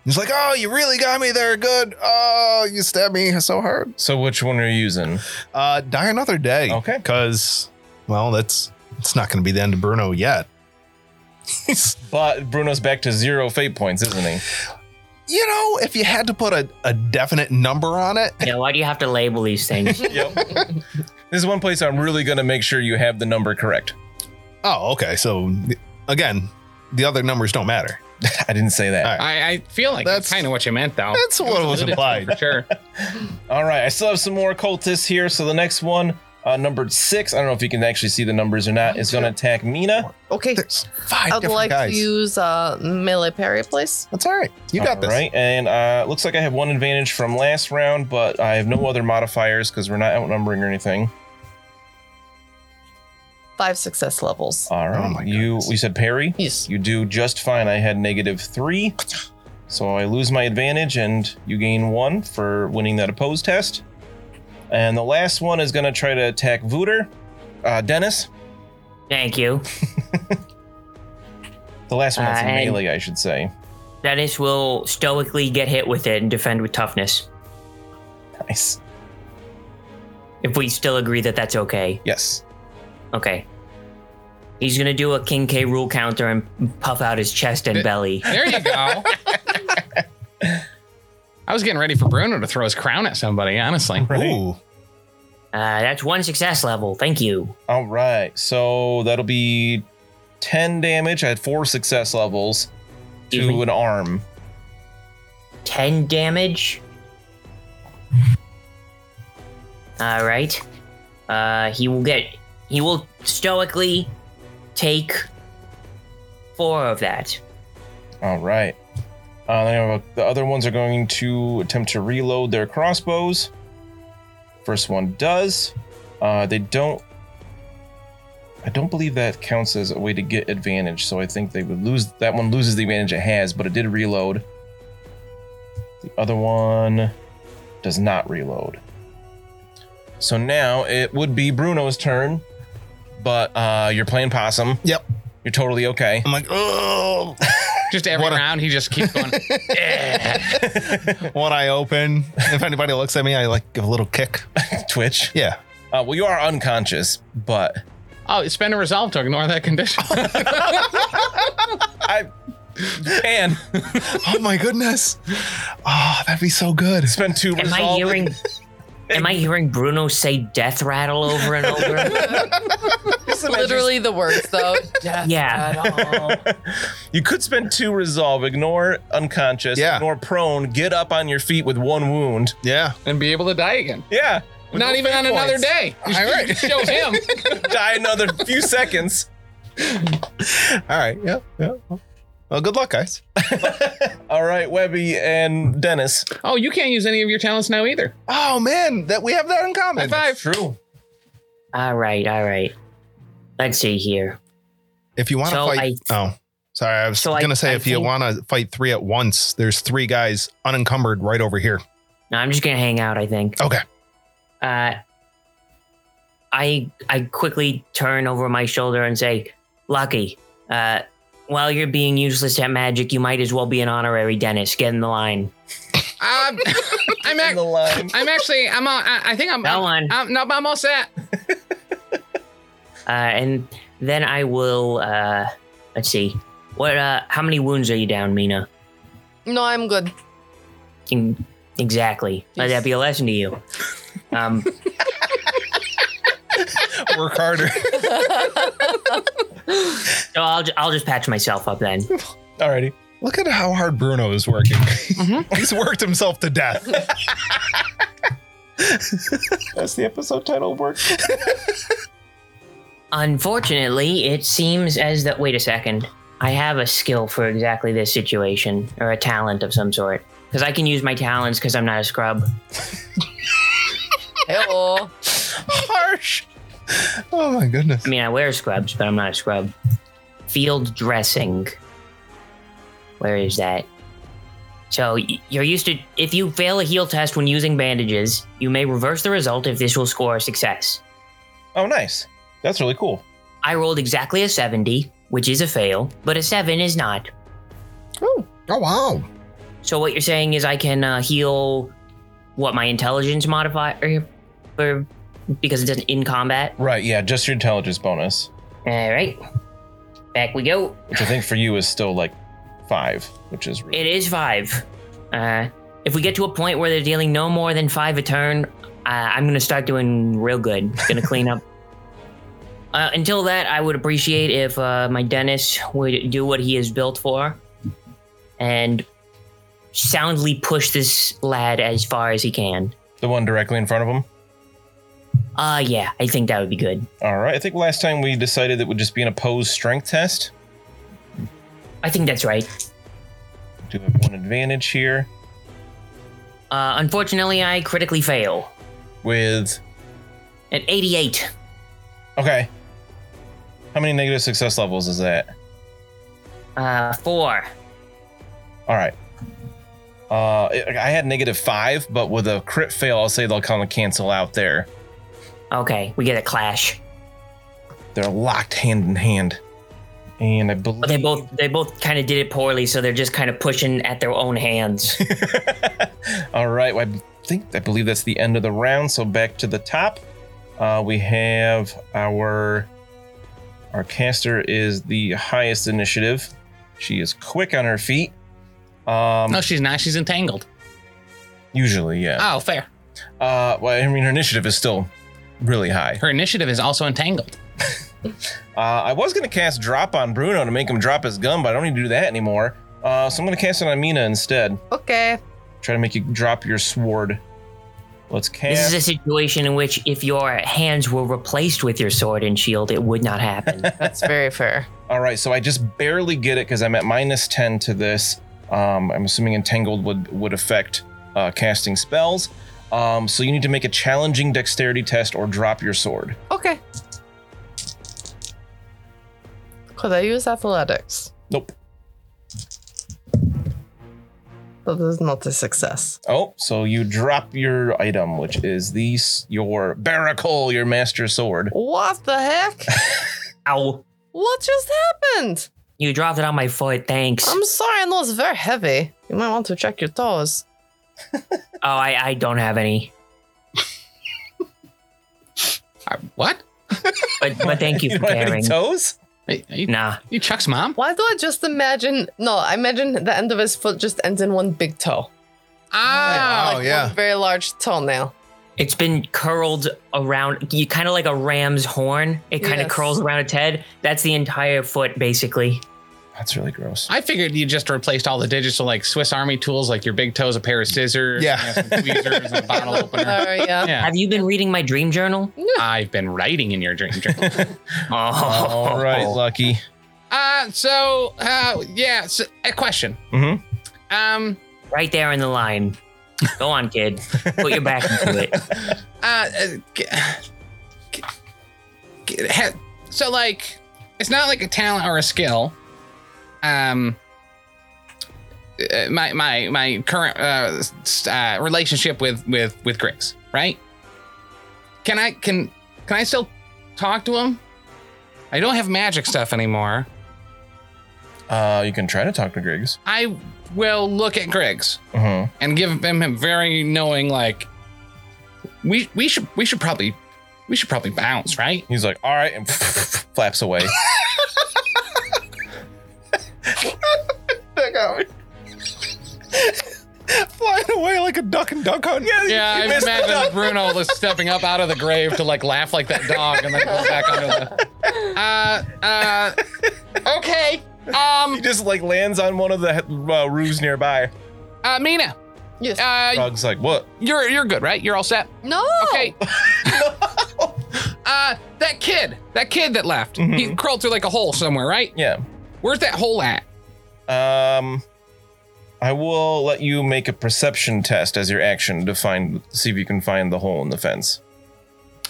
C: He's like, "Oh, you really got me there. Good. Oh, you stabbed me so hard."
D: So which one are you using?
C: Uh, die another day.
D: Okay.
C: Because, well, that's it's not going to be the end of Bruno yet.
D: But Bruno's back to zero fate points, isn't he?
C: You know, if you had to put a, a definite number on it,
F: Yeah, why do you have to label these things?
D: Yep. this is one place I'm really going to make sure you have the number correct.
C: oh, okay. So again, the other numbers don't matter.
D: I didn't say that.
C: All
D: All
C: right.
D: right.
B: I, I feel like that's
C: That's-
B: kind of what you meant though.
C: That's what was implied.
B: For sure.
D: I still have some more cultists here. So the next one, uh, numbered six, I don't know if you can actually see the numbers or not, is going to attack Mina.
G: Okay.
C: There's five
G: I'd
C: different
G: like
C: guys.
G: to use uh, melee parry, please.
C: that's all right. You got this.
D: Right. And uh, looks like I have one advantage from last round, but I have no other modifiers because we're not outnumbering or anything.
G: Five success levels.
D: All right.
C: Oh my
D: you,
C: goodness.
D: we said parry.
G: Yes.
D: You do just fine. I had negative three. So I lose my advantage and you gain one for winning that opposed test. And the last one is going to try to attack Vooter. Uh, Dennis.
F: Thank you.
D: The last one that's
F: Uh, and-
D: melee, I should say.
F: Dennis will stoically get hit with it and defend with toughness.
D: Nice.
F: If we still agree that that's okay.
D: Yes.
F: Okay. He's gonna do a King K rule counter and puff out his chest and belly. Uh,
B: There you go. I was getting ready for Bruno to throw his crown at somebody. Honestly,
C: Ooh.
F: Uh, that's one success level. Thank you.
D: All right. So that'll be 10 damage. I had four success levels
F: Excuse
D: to
F: me.
D: an arm.
F: Ten damage. All right. Uh, he will get. He will stoically take four of that.
D: All right. Uh, then I have a- the other ones are going to attempt to reload their crossbows. First one does. Uh, they don't. I don't believe that counts as a way to get advantage, so I think they would lose. That one loses the advantage it has, but it did reload. The other one does not reload. So now it would be Bruno's turn, but uh, you're playing possum.
C: Yep.
D: You're totally okay.
C: I'm like, oh.
B: just every round he just keeps going.
C: when I open, if anybody looks at me, I like give a little kick.
D: Twitch.
C: Yeah.
D: Uh, well, you are unconscious, but
B: Oh, spend a resolve to ignore that condition.
D: I can
C: Oh my goodness. Oh, that'd be so good.
D: spend two
F: Am I
D: resolve.
F: hearing? Am I hearing Bruno say "death rattle" over and over?
G: Literally the words, though. Death
F: Yeah.
G: rattle.
D: You could spend two resolve, ignore unconscious,
C: Yeah.
D: ignore prone, get up on your feet with one wound.
C: Yeah.
B: and be able to die again.
D: Yeah. With
B: Not
D: no
B: even
D: fate
B: on another
D: points.
B: day. All right. Show him.
D: Die another few seconds.
C: All right. Yep. Yep. Well, good luck, guys.
D: All right, Webby and Dennis.
B: Oh, you can't use any of your talents now either.
C: Oh man, that we have that in common.
B: High five.
D: True.
F: all right, all right. Let's see here.
C: If you want to
F: So
C: fight, oh, sorry, I was
F: So I-
C: gonna say
F: I
C: if you
F: think-
C: want to fight three at once, there's three guys unencumbered right over here.
F: No, I'm just gonna hang out. I think.
C: Okay.
F: uh, I I quickly turn over my shoulder and say, "Lucky, uh, while you're being useless at magic, you might as well be an honorary dentist. Get in the line."
B: Um, I'm
D: In
B: ac-
D: the line.
B: I'm actually I'm all, I, I think I'm
F: That
B: I'm,
F: one.
B: I'm, no, but I'm all set.
F: Uh, and then I will. Uh, let's see. What? Uh, how many wounds are you down, Mina?
G: No, I'm good.
F: In- exactly. Let that be a lesson to you. Um,
D: Work harder.
F: so I'll ju- I'll just patch myself up then.
D: Alrighty.
C: Look at how hard Bruno is working.
F: Mm-hmm.
C: He's worked himself to death.
D: That's the episode title work.
F: Unfortunately, it seems as that. Wait a second. I have a skill for exactly this situation, or a talent of some sort. Because I can use my talents because I'm not a scrub.
G: Hello.
C: Harsh. Oh my goodness.
F: I mean, I wear scrubs, but I'm not a scrub. Field dressing. Where is that? So y- you're used to. If you fail a heal test when using bandages, you may reverse the result if this will score a success.
D: Oh, nice. That's really cool.
F: I rolled exactly a 70, which is a fail, but a 7 is not.
C: Oh wow.
F: So what you're saying is I can uh, heal what my intelligence modifier or because it doesn't in combat.
D: Right. Yeah. Just your intelligence bonus,
F: All right. Back we go.
D: which I think for you is still like five, which is really
F: It is 5. Uh if we get to a point where they're dealing no more than 5 a turn, uh, I'm going to start doing real good. Going to clean up. Uh, until that, I would appreciate if uh, my dentist would do what he is built for and soundly push this lad as far as he can.
D: the one directly in front of him.
F: Uh, yeah, I think that would be good.
D: All right. I think last time we decided that would just be an opposed strength test.
F: I think that's right.
D: Do have one advantage here
F: Uh, unfortunately, I critically fail
D: with.
F: at 88.
D: Okay. How many negative success levels is that?
F: Uh, four.
D: All right. Uh, I I had negative five, but with a crit fail, I'll say they'll kind of cancel out there.
F: Okay, we get a clash.
D: They're locked hand in hand, and I
F: But they
D: believe
F: both they both kind of did it poorly, so they're just kind of pushing at their own hands.
D: All right. well, I think I believe that's the end of the round. So back to the top. Uh, we have our our caster is the highest initiative. She is quick on her feet. Um,
B: No, she's not. She's entangled.
D: usually, yeah.
B: Oh, fair.
D: Uh, well, I mean, her initiative is still really high.
B: Her initiative is also entangled.
D: Uh, I was gonna cast drop on Bruno to make him drop his gun, but I don't need to do that anymore. Uh, so I'm gonna cast it on Mina instead.
G: Okay.
D: Try to make you drop your sword. Let's
F: This
D: cast.
F: is a situation in which if your hands were replaced with your sword and shield, it would not happen.
G: That's very fair.
D: All right, so I just barely get it because I'm at minus ten to this. Um, I'm assuming entangled would would affect uh, casting spells. Um, so you need to make a challenging dexterity test or drop your sword.
G: Okay. Could I use athletics?
D: Nope.
G: That is not a success.
D: Oh, so you drop your item, which is these your baracle, your master sword.
G: What the heck?
F: Ow!
G: what just happened?
F: You dropped it on my foot. Thanks.
G: I'm sorry, I know it's very heavy. You might want to check your toes.
F: oh, I I don't have any.
B: Uh, what?
F: But but thank you
D: You
F: for
D: don't have any
F: caring.
D: toes?
B: Hey, Are you,
F: Nah.
B: you Chuck's mom?
G: Why do I just imagine? No, I imagine the end of his foot just ends in one big toe. Ah,
C: Oh,
G: Like
C: yeah.
G: One very large toenail.
F: It's been curled around you kind of like a ram's horn. It kind of
G: Yes.
F: curls around its head. That's the entire foot basically.
D: That's really gross.
B: I figured you just replaced all the digits with like Swiss Army tools, like your big toes, a pair of scissors,
C: Yeah.
B: and some tweezers, and a bottle opener.
G: Sorry, yeah.
B: Yeah,
F: Have you been reading my dream journal?
B: I've been writing in your dream journal.
F: Oh.
D: All right, Lucky.
B: Uh, so, uh, yeah, so, a question.
D: Mhm.
C: Mm-hmm.
B: Um,
F: Right there in the line. Go on, kid. Put your back into it.
B: uh, uh, g- g- g- ha- uh, so like, it's not like a talent or a skill. Um, uh, my my my current uh, s- uh relationship with with with Grace, right? Can I can can I still talk to him? I don't have magic stuff anymore.
D: Uh, you can try to talk to Griggs.
B: I will look at Griggs.
D: hmm
B: and give him a very knowing like we we should we should probably we should probably bounce right
D: He's like, all right, and flaps away.
C: out. Flying away like a duck and duck hunt.
B: Yeah, I imagine Bruno was stepping up out of the grave to like laugh like that dog and then go back under the. Uh, uh, okay.
D: He
B: Um,
D: just like lands on one of the uh, roofs nearby.
B: uh, Mina,
G: Yes.
B: uh,
D: Dog's like, what?
B: you're you're good, right? You're all set.
G: no.
B: Okay. uh, that kid, that kid that left, he crawled through like a hole somewhere, right?
D: Yeah.
B: Where's that hole at?
D: Um, I will let you make a perception test as your action to find, see if you can find the hole in the fence.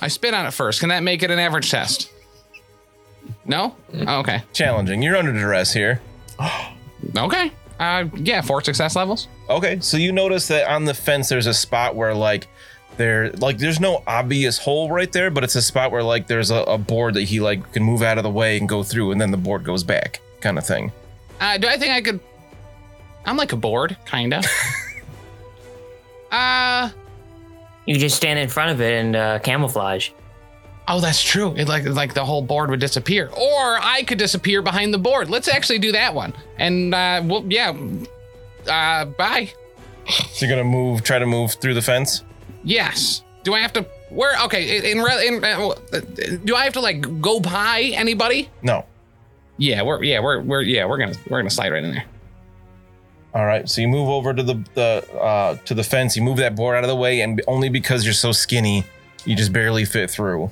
B: I spit on it first. Can that make it an average test? No. Oh, okay.
D: Challenging. You're under duress here.
B: Okay. Uh, yeah, four success levels.
D: Okay, so you notice that on the fence there's a spot where like there like there's no obvious hole right there, but it's a spot where like there's a, a board that he like can move out of the way and go through, and then the board goes back, kind of thing.
B: Uh, do I think I could? I'm like a board, kind of. uh
F: You just stand in front of it and uh, camouflage.
B: oh, that's true. It like like the whole board would disappear, or I could disappear behind the board. Let's actually do that one. And uh, well, yeah. Uh, bye.
D: So you're gonna move, try to move through the fence.
B: Yes. Do I have to? Where? Okay. In, in, re- in uh, uh, do I have to like go by anybody?
D: No.
B: Yeah. We're yeah we're we're yeah we're gonna we're gonna slide right in there.
D: All right, so you move over to the the uh, to the fence. You move that board out of the way, and only because you're so skinny, you just barely fit through.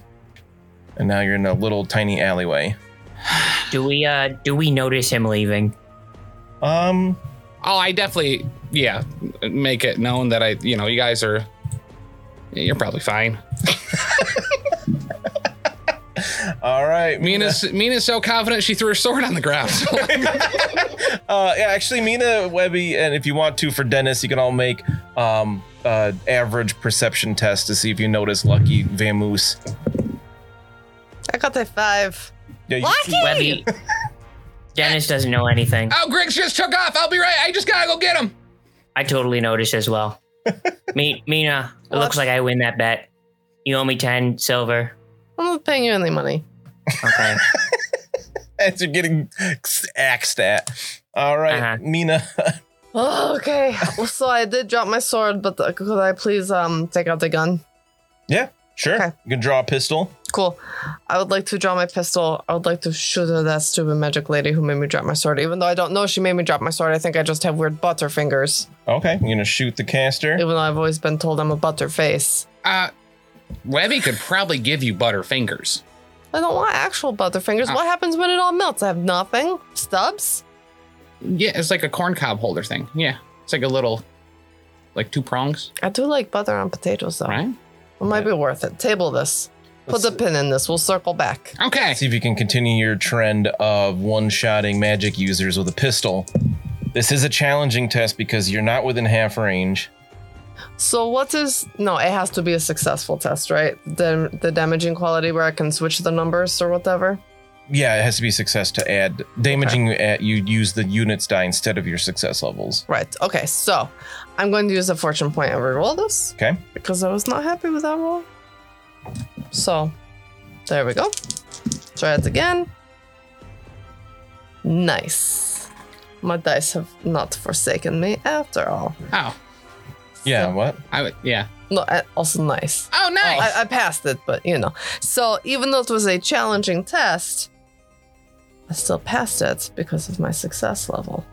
D: And now you're in a little tiny alleyway.
F: Do we uh do we notice him leaving?
D: Um,
B: Oh, I definitely yeah make it known that I you know you guys are you're probably fine.
D: all right,
B: Mina's Mina's so confident she threw her sword on the ground. Oh,
D: Uh, yeah, actually, Mina, Webby, and if you want to for Dennis, you can all make um, uh, average perception test to see if you notice Lucky Vamoose.
G: I got a five.
D: Yeah, you,
G: Lucky.
F: Webby. Dennis doesn't know anything.
B: oh, Griggs just took off. I'll be right. I just gotta go get him.
F: I totally noticed as well. Me, Mina, it
G: What?
F: looks like I win that bet. You owe me ten silver.
G: I'm not paying you any money.
F: Okay.
D: as you're getting axed at. All right,
F: Uh-huh.
D: Mina.
G: Oh, okay. Well, so I did drop my sword, but uh, could I please um take out the gun?
D: sure,
G: Okay.
D: you can draw a pistol.
G: Cool. I would like to draw my pistol. I would like to shoot at that stupid magic lady who made me drop my sword. Even though I don't know she made me drop my sword, I think I just have weird butterfingers.
D: Okay, you're gonna shoot the caster.
G: Even though I've always been told I'm a butterface.
B: Uh, Webby could probably give you butterfingers.
G: I don't want actual butterfingers. What happens when it all melts? I have nothing. Stubs?
B: Yeah, it's like a corn cob holder thing. Yeah, it's like a little, like two prongs,
G: I do like butter on potatoes though.
B: right?
G: It might be worth it. Table this. Put the pin in this. We'll circle back.
B: Okay.
D: See if you can continue your trend of one-shotting magic users with a pistol. This is a challenging test because you're not within half range.
G: So what is no? It has to be a successful test, right? The the damaging quality where I can switch the numbers or whatever.
D: Yeah, it has to be success to add damaging. At, you use the units die instead of your success levels.
G: Right. Okay. So I'm going to use a fortune point and reroll this.
D: Okay.
G: Because I was not happy with that roll. So there we go. Try it again. Nice. My dice have not forsaken me after all.
B: Oh,
D: Yeah, what?
B: I would. Yeah.
G: No, uh, also nice.
B: Oh, nice.
G: I, I passed it, but you know. So even though it was a challenging test, I still passed it because of my success level.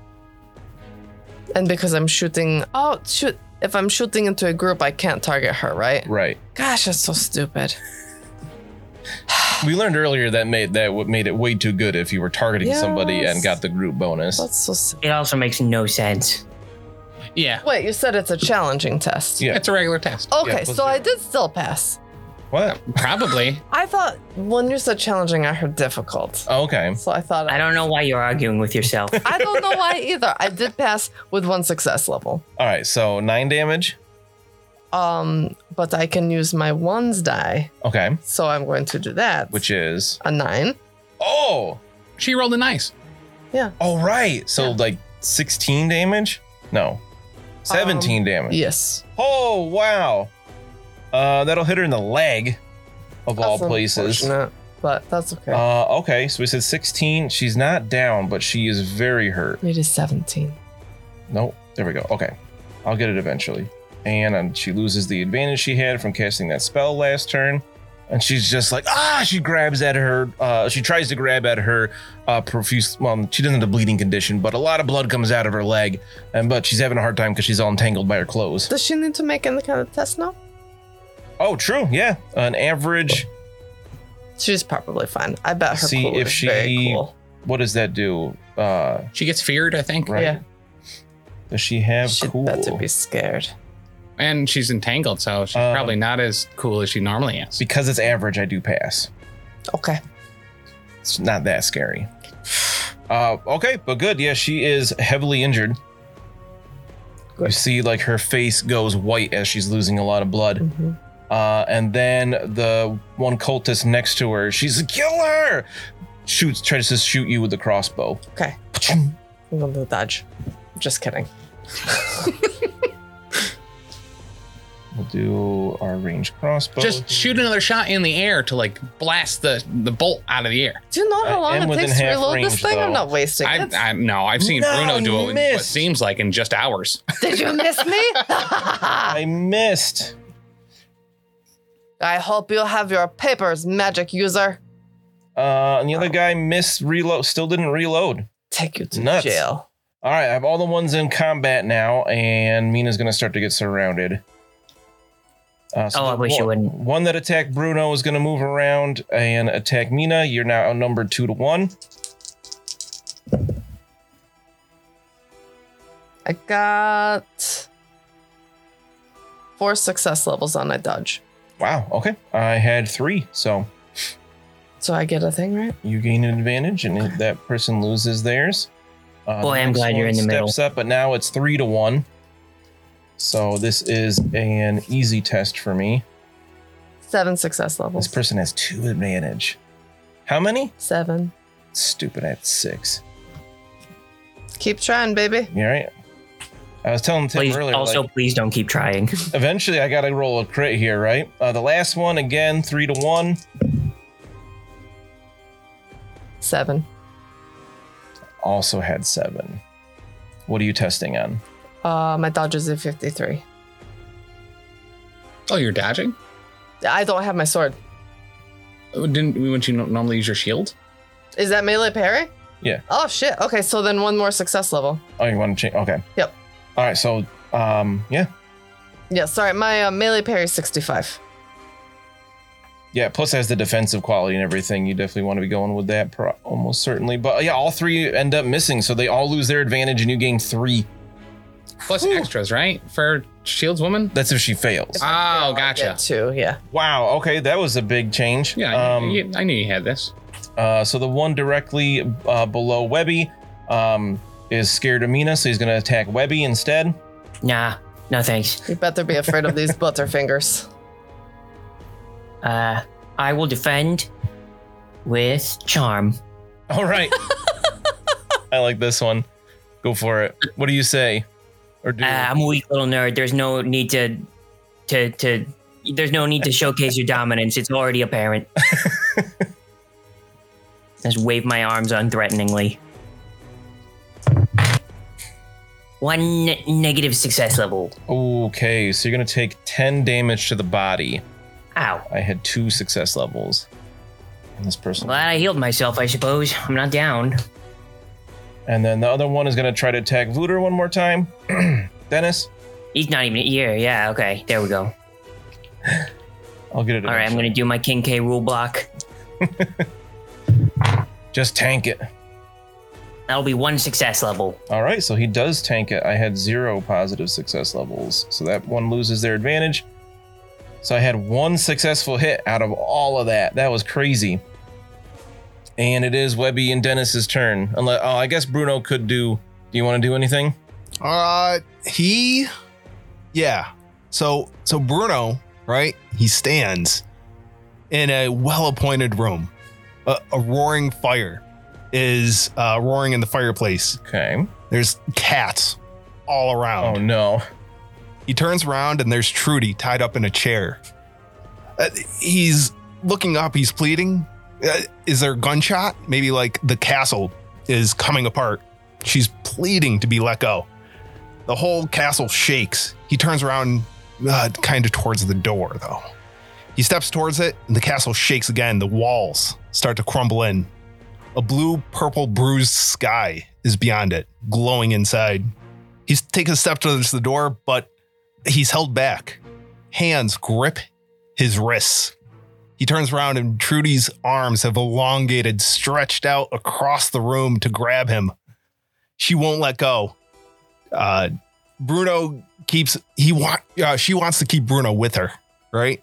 G: And because I'm shooting. Oh, shoot. If I'm shooting into a group, I can't target her, right?
D: Right.
G: Gosh, that's so stupid.
D: We learned earlier that made that what made it way too good if you were targeting somebody
G: Yes.
D: and got the group bonus.
G: That's so stupid.
F: it also makes no sense.
B: yeah.
G: Wait, you said it's a challenging test.
D: Yeah.
B: It's a regular test.
G: Okay,
D: Yeah, plus
G: so I
D: zero.
G: did still pass.
D: What?
B: Probably.
G: I thought when you said challenging, I heard difficult.
D: Oh, okay.
G: So I thought
F: I don't know why you're arguing with yourself.
G: I don't know why either. I did pass with one success level.
D: All right. So nine damage.
G: Um, but I can use my ones die,
D: Okay.
G: so I'm going to do that.
D: Which is
G: a nine.
D: oh,
B: She rolled a nice.
D: all Oh, right. So like sixteen damage? No, seventeen
G: Um,
D: damage.
G: Yes.
D: Oh wow. Uh, that'll hit her in the leg, of all
G: That's
D: places.
G: unfortunate, But that's okay.
D: Uh, okay. So we said sixteen. She's not down, but she is very hurt.
G: it is seventeen.
D: Nope. There we go. Okay. I'll get it eventually. And um, she loses the advantage she had from casting that spell last turn. And she's just like, ah, she grabs at her. Uh, she tries to grab at her uh, profuse. Well, she doesn't have a bleeding condition, but a lot of blood comes out of her leg. And but she's having a hard time because she's all entangled by her clothes.
G: Does she need to make any kind of test now?
D: Oh, true. Yeah. An average.
G: She's probably fine. I bet her
D: See
G: cool
D: if
G: is very
D: she-
G: cool.
D: What does that do? Uh,
B: She gets feared, I think.
D: right.
G: Yeah.
D: Does she have
G: She'd
D: cool?
G: better be scared.
B: And she's entangled, so she's
D: Uh,
B: probably not as cool as she normally is.
D: Because it's average, I do pass.
G: Okay.
D: It's not that scary. Uh, okay, but good. Yeah, she is heavily injured. You
G: Good.
D: see, like her face goes white as she's losing a lot of blood.
G: Mhm.
D: Uh, and then the one cultist next to her, she's like, "Kill her!" Shoots, tries to shoot you with the crossbow.
G: Okay. I'm going to dodge. Just kidding.
D: We'll do our range crossbow.
B: Just shoot another shot in the air to like blast the, the bolt out of the air.
G: Do you know
D: I
G: how long
D: am
G: it
D: within
G: takes to
D: half
G: reload this
D: range,
G: thing? I'm
D: though.
G: not wasting
B: I,
G: it.
B: I no, I've seen
D: No,
B: Bruno do it in what
D: missed.
B: seems like in just hours.
G: Did you miss me?
D: I missed.
G: I hope you have your papers, magic user.
D: Uh, and the other guy missed reload. Still didn't reload.
G: Take you to
D: Nuts.
G: jail.
D: All right, I have all the ones in combat now, and Mina's gonna start to get surrounded. Uh,
F: Oh, I
D: the
F: wish you
D: one-
F: wouldn't.
D: One that attacked Bruno is gonna move around and attack Mina. You're now outnumbered two to one.
G: I got four success levels on a dodge.
D: Wow. Okay, I had three, so
G: So I get a thing, right?
D: you gain an advantage, and if that person loses theirs. Uh,
F: Boy,
D: the
F: I'm
D: next
F: glad you're
D: one
F: in the middle.
D: steps up, but now it's three to one. So this is an easy test for me.
G: Seven success
D: This
G: levels.
D: person has two advantage. How many?
G: Seven.
D: Stupid. I had six.
G: Keep trying, baby.
D: All right. I was telling Tim
F: Please,
D: earlier.
F: also,
D: like,
F: please don't keep trying.
D: eventually, I got to roll a crit here, right? Uh, the last one again, three to one.
G: Seven.
D: Also had seven. What are you testing on?
G: Uh, my dodge is a 53.
B: Oh, you're dodging?
G: I don't have my sword.
B: Oh, Didn't wouldn't you no- normally use your shield?
G: Is that melee parry?
D: Yeah.
G: Oh, shit. Okay, so then one more success level.
D: Oh, you want to change? Okay.
G: Yep.
D: All right. So, um, yeah,
G: Yeah, sorry. My uh, melee parry is 65.
D: yeah. Plus, it has the defensive quality and everything. You definitely want to be going with that, pro- almost certainly. But uh, yeah, all three end up missing, so they all lose their advantage, and you gain three.
B: Plus extras, right? For shields woman?
D: That's if she fails.
B: Oh,
G: I'll
B: gotcha.
G: get Two, yeah.
D: Wow. Okay, that was a big change. Um,
B: Yeah, I, you- I knew you had this.
D: Uh, so the one directly uh, below Webby um, is scared of Mina, so he's going to attack Webby instead.
F: nah, no thanks.
G: You better be afraid of these butterfingers.
F: Uh, I will defend with charm.
D: All right. I like this one. Go for it. What do you say? Or do
F: Uh, I'm a weak little nerd. There's no need to, to, to. There's no need to showcase your dominance. It's already apparent. Just wave my arms unthreateningly. One ne- negative success level.
D: okay, so you're going to take 10 damage to the body.
F: Ow.
D: I had two success levels. And this person.
F: Glad I healed myself, I suppose. I'm not down.
D: And then the other one is going to try to attack Voodoo one more time. Dennis,
F: He's not even here. Yeah, okay. There we go.
D: I'll get it.
F: All right, I'm
D: eventually.
F: going to do my King K rule block.
D: Just tank it.
F: That'll be one success level.
D: All right, so he does tank it. I had zero positive success levels, so that one loses their advantage. So I had one successful hit out of all of that. That was crazy. And it is Webby and Dennis's turn. Unless, oh, I guess Bruno could do. Do you want to do anything?
C: Uh, he, yeah. So so Bruno, right? He stands in a well-appointed room. A, a roaring fire is uh, roaring in the fireplace.
D: Okay.
C: There's cats all
D: Oh
C: around.
D: no.
C: He turns around and there's Trudy tied up in a chair. Uh, he's looking up. He's pleading. Uh, is there a gunshot? Maybe like the castle is coming apart. She's pleading to be let go. The whole castle shakes. He turns around, uh, kind of towards the door, though. He steps towards it, and the castle shakes again. The walls start to crumble in. A blue purple bruised sky is beyond it, glowing inside. He's taken a step towards the door, but he's held back. Hands grip his wrists. He turns around, and Trudy's arms have elongated, stretched out across the room to grab him. She won't let go. Uh, Bruno keeps he want uh, she wants to keep Bruno with her, right?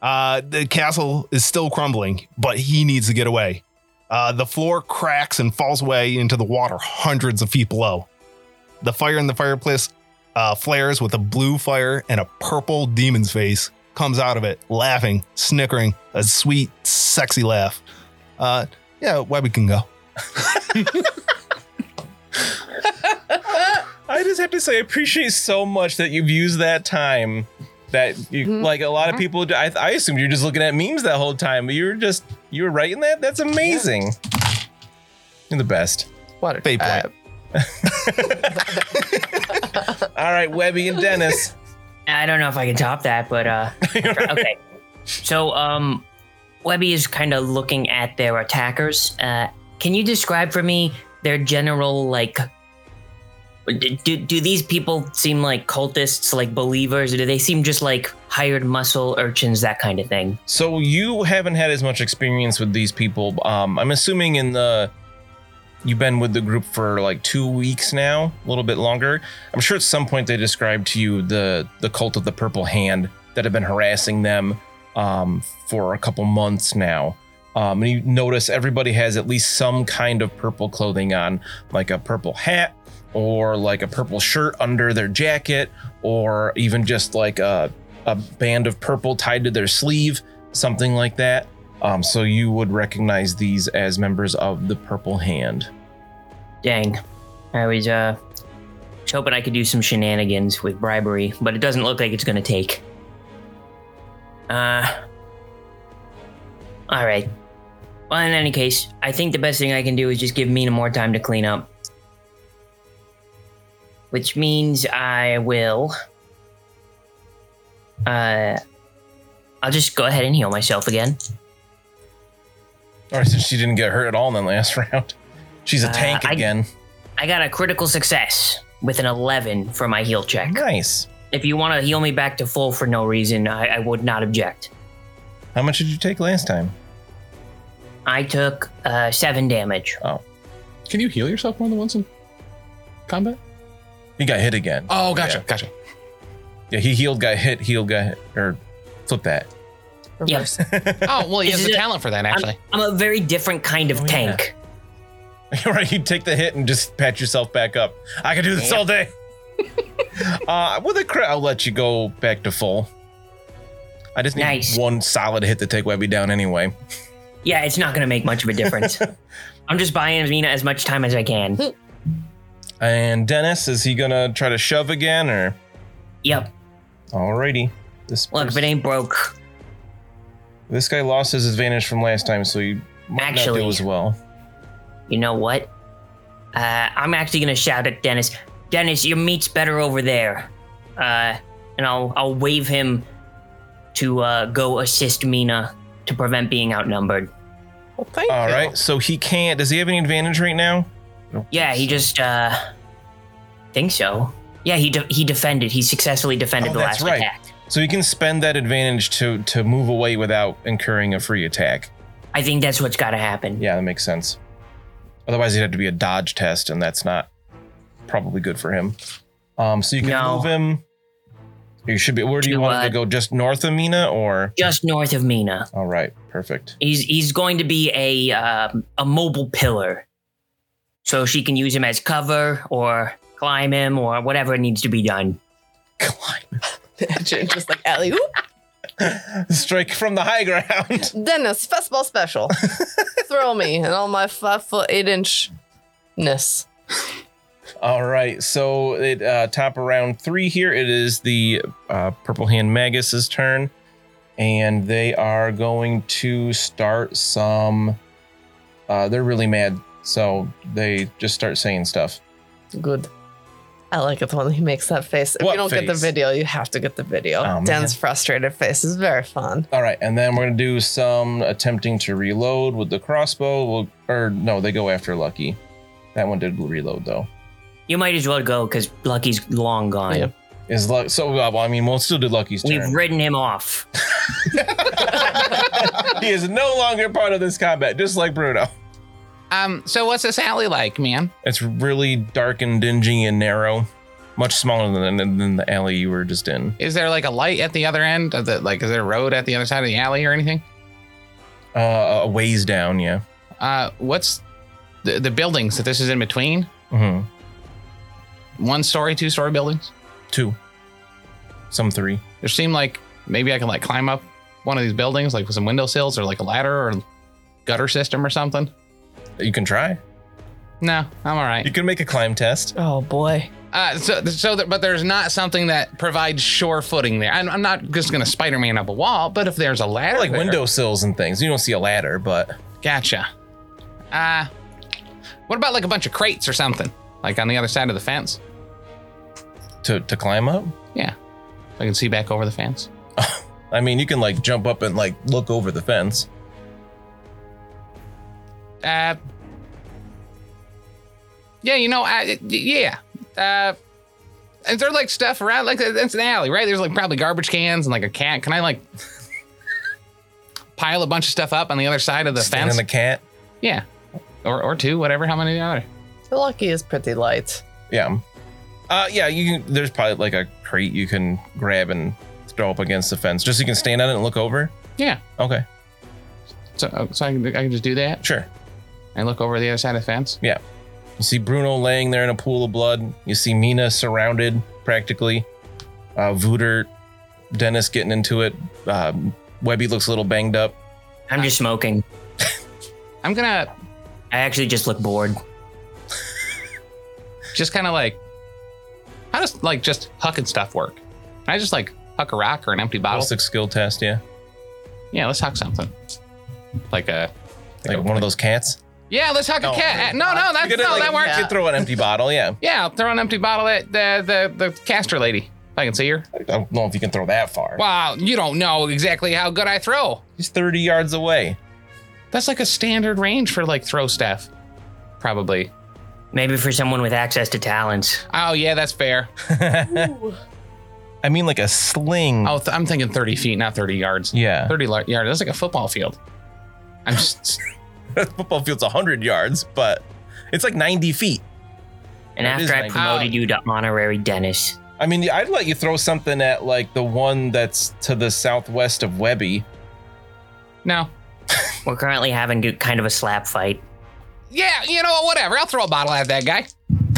C: Uh, the castle is still crumbling, but he needs to get away. Uh, the floor cracks and falls away into the water hundreds of feet below. The fire in the fireplace uh, flares with a blue fire and a purple demon's face comes out of it, laughing, snickering, a sweet, sexy laugh. Uh, yeah, Webby can go.
D: I just have to say, I appreciate so much that you've used that time. That you
G: Mhm.
D: like a lot of people. do- I, I assumed you're just looking at memes that whole time, but you were just you were writing that. That's amazing. You're the best.
G: What a
C: Fate point.
D: All right, Webby and Dennis.
F: I don't know if I can top that, but uh, okay. So, um, Webby is kind of looking at their attackers. Uh, can you describe for me their general like? Do, do, do these people seem like cultists, like believers, or do they seem just like hired muscle urchins, that kind of thing?
D: So you haven't had as much experience with these people. Um, I'm assuming in the you've been with the group for like two weeks now, a little bit longer. I'm sure at some point they described to you the the cult of the Purple Hand that have been harassing them um, for a couple months now. Um, and you notice everybody has at least some kind of purple clothing on, like a purple hat or like a purple shirt under their jacket, or even just like a, a band of purple tied to their sleeve something like that. Um, so you would recognize these as members of the Purple Hand.
F: Dang, I was uh, was hoping I could do some shenanigans with bribery, but it doesn't look like it's gonna take. Uh, all right. Well, in any case, I think the best thing I can do is just give Mina more time to clean up, which means I will. Uh, I'll just go ahead and heal myself again.
D: All right, so she didn't get hurt at all in the last round. She's a
F: Uh,
D: tank
F: I-
D: again.
F: I got a critical success with an 11 for my heal check.
D: Nice.
F: If you want to heal me back to full for no reason, I, I would not object.
D: How much did you take last time?
F: I took uh, seven damage.
D: Oh,
B: Can you heal yourself more than once in combat?
D: He got hit again.
E: Uh,
B: Oh, gotcha, gotcha.
D: Yeah, he healed, got hit, healed, got hit, or flip that.
G: Reverse.
E: Oh, well, he has
F: Is
E: a
F: it-
E: talent for that, actually.
F: I'm a very different kind of
D: Oh, yeah.
F: tank.
D: right, you take the hit and just pat yourself back up. I can do this
F: Yeah.
D: all day. uh, with a crit, I'll let you go back to full. I just need
F: Nice.
D: one solid hit to take Webby down anyway.
F: Yeah, it's not going to make much of a difference. I'm just buying Mina as much time as I can.
D: And Dennis, is he gonna try to shove again or?
F: Yep.
D: Alrighty. This
F: Look, if it ain't broke,
D: this guy lost his advantage from last time, so he might
F: Actually-
D: not do as well.
F: you know what? Uh, I'm actually going to shout at Dennis. Dennis, your meat's better over there. Uh, and I'll I'll wave him to uh, go assist Mina to prevent being outnumbered.
G: well, thank
D: All
G: you.
D: right, so he can't. Does he have any advantage right now?
F: Yeah, he just uh think so. Yeah, he de- he defended. He successfully defended
D: Oh,
F: the
D: that's
F: last
D: right.
F: attack.
D: So he can spend that advantage to to move away without incurring a free attack.
F: I think that's what's got to happen.
D: Yeah, that makes sense. Otherwise, it'd have to be a dodge test, and that's not probably good for him. Um, so you can
F: No.
D: move him. You should be. Where do you,
F: To,
D: want him
F: uh,
D: to go? Just north of Mina, or
F: Just north of Mina,
D: all right, perfect.
F: he's he's going to be a um, a mobile pillar, so she can use him as cover or climb him or whatever needs to be done.
D: Climb.
G: Just like alley oop.
D: Strike from the high ground.
G: Dennis, fastball special. Throw me and all my five foot eight inch ness.
D: All right, so it uh, top of round three here. It is the uh, Purple Hand Magus's turn, and they are going to start some. Uh, they're really mad, so they just start saying stuff.
G: Good. I like it when he makes that face. If
D: What
G: you don't get the
D: face?
G: video, you have to get the video.
D: Oh, man.
G: Dan's frustrated face is very fun.
D: All right, and then we're gonna do some attempting to reload with the crossbow. We'll, or no, they go after Lucky. That one did reload though.
F: You might as well go because Lucky's long gone.
G: Yeah.
D: Is luck? So uh, well, I mean, we'll still do Lucky's
F: We've
D: turn.
F: ridden him off.
D: he is no longer part of this combat, just like Bruno.
E: Um, so what's this alley like, man?
D: It's really dark and dingy and narrow, much smaller than than the alley you were just in.
E: Is there like a light at the other end of the like is there a road at the other side of the alley or anything?
D: Uh, a ways down, yeah.
E: Uh what's the, the buildings that this is in between?
D: hmm
E: One story, two story buildings?
D: Two, some three.
E: There seem like maybe I can like climb up one of these buildings like with some windowsills or like a ladder or gutter system or something.
D: You can try.
E: No, I'm
D: You
E: all right.
D: can make a climb test.
G: Oh boy.
E: Uh, so, so, that, but there's not something that provides sure footing there. I'm, I'm not just gonna Spider-Man up a wall, but if there's a ladder,
D: Like
E: there-
D: windowsills and things. You don't see a ladder, but
E: Gotcha. Uh, what about like a bunch of crates or something? Like on the other side of the fence?
D: to to climb up.
E: Yeah. I can see back over the fence.
D: I mean, you can like jump up and like look over the fence.
E: Uh, yeah, you know, I, yeah. Uh, is there like stuff around? Like, that's an alley, right? There's like probably garbage cans and like a cat. Can I like pile a bunch of stuff up on the other side of the
D: Stand
E: fence?
D: in the cat.
E: yeah. Or, or two, whatever. How many are there?
G: The lucky is pretty light.
D: Yeah. Uh, yeah. You can, there's probably like a crate you can grab and throw up against the fence, just so you can stand on it and look over.
E: Yeah.
D: Okay.
E: So, oh, so I, can, I can just do that
D: Sure.
E: and look over the other side of the fence.
D: You see Bruno laying there in a pool of blood. You see Mina surrounded practically. Uh, Vooter, Dennis getting into it. Um, Webby looks a little banged up.
F: I'm just smoking.
E: I'm gonna
F: I actually just look bored.
E: just kind of like how does like just hucking stuff work? Can I just like huck a rock or an empty bottle?
D: Ballistic skill test, yeah.
E: yeah, let's huck something. Like a
D: Like one of those cats.
E: yeah, let's huck a cat. No, no, that's
D: You could,
E: no,
D: like,
E: Oh, that works.
D: You could throw an empty bottle, yeah.
E: Yeah, I'll throw an empty bottle at the the, the caster lady. If I can see her.
D: I don't know if you can throw that far.
E: Wow, you don't know exactly how good I throw.
D: He's 30 yards away.
E: That's like a standard range for like throw stuff, probably.
F: Maybe for someone with access to talents.
E: Oh yeah, that's fair.
D: I mean, like a sling.
E: Oh, th- I'm thinking 30 feet, not 30 yards.
D: yeah.
E: 30 lar- yards. That's like a football field. I'm just
D: Football field's 100 yards, but it's like 90 feet.
F: And
D: That is
F: after I
D: nice.
F: promoted
E: Oh.
F: you to honorary Dennis,
D: I mean, I'd let you throw something at like the one that's to the southwest of Webby.
E: no.
F: we're currently having to- kind of a slap fight.
E: Yeah, you know, whatever. I'll throw a bottle at that guy.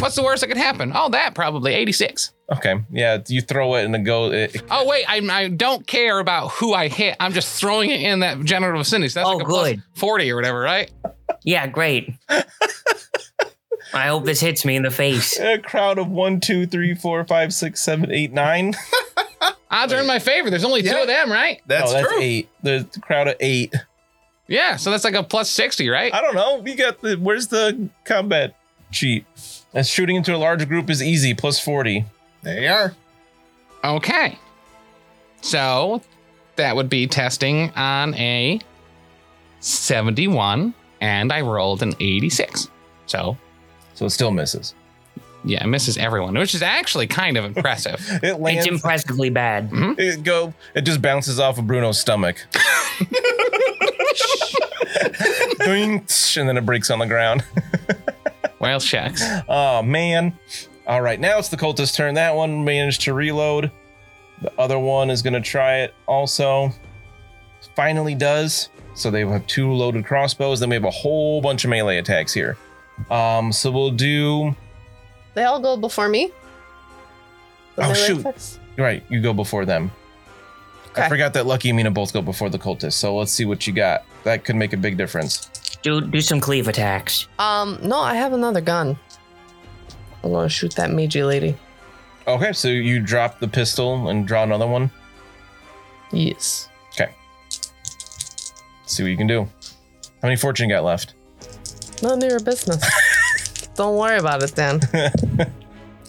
E: What's the worst that could happen? Oh, that probably 86.
D: Okay. Yeah. You throw it and it goes. It,
E: Oh, wait, I, I don't care about who I hit. I'm just throwing it in that general vicinity. So that's
F: Oh,
E: like a plus
F: good.
E: 40 or whatever, right?
F: Yeah, great. I hope this hits me in the face.
D: a eh, crowd of one, two, three, four, five, six, seven, eight, nine.
E: Odds are in my favor. There's only two
C: Yeah.
E: of them, right?
C: That's,
D: no, that's
C: true.
D: eight. The crowd of eight.
E: Yeah, so that's like a plus 60, right?
D: I don't know. We got the. Where's the combat sheet? That's shooting into a large group is easy, plus 40.
C: There you are.
E: Okay. So that would be testing on a 71, and I rolled an 86. So,
D: So it still misses.
E: yeah, it misses everyone, which is actually kind of impressive.
D: It
F: It's
D: lands.
F: impressively bad.
D: it go. It just bounces off of Bruno's stomach. Doink, tsh, and then it breaks on the ground.
E: well, shucks.
D: Oh man. All right, now it's the cultist's turn. That one managed to reload. The other one is going to try it also. Finally does. So they have two loaded crossbows. Then we have a whole bunch of melee attacks here. Um, so we'll do.
G: They all go before me. The
D: Oh,
G: melee
D: shoot.
G: attacks?
D: Right, you go before them. I
G: Okay.
D: forgot that Lucky and Mina both go before the cultist. So let's see what you got. That could make a big difference.
F: Do do some cleave attacks.
G: Um, no, I have another gun. I'm gonna shoot that Meiji lady.
D: Okay, so you drop the pistol and draw another one.
G: Yes.
D: See what you can do. How many fortune you got left?
G: None of your business. Don't worry about it, Dan.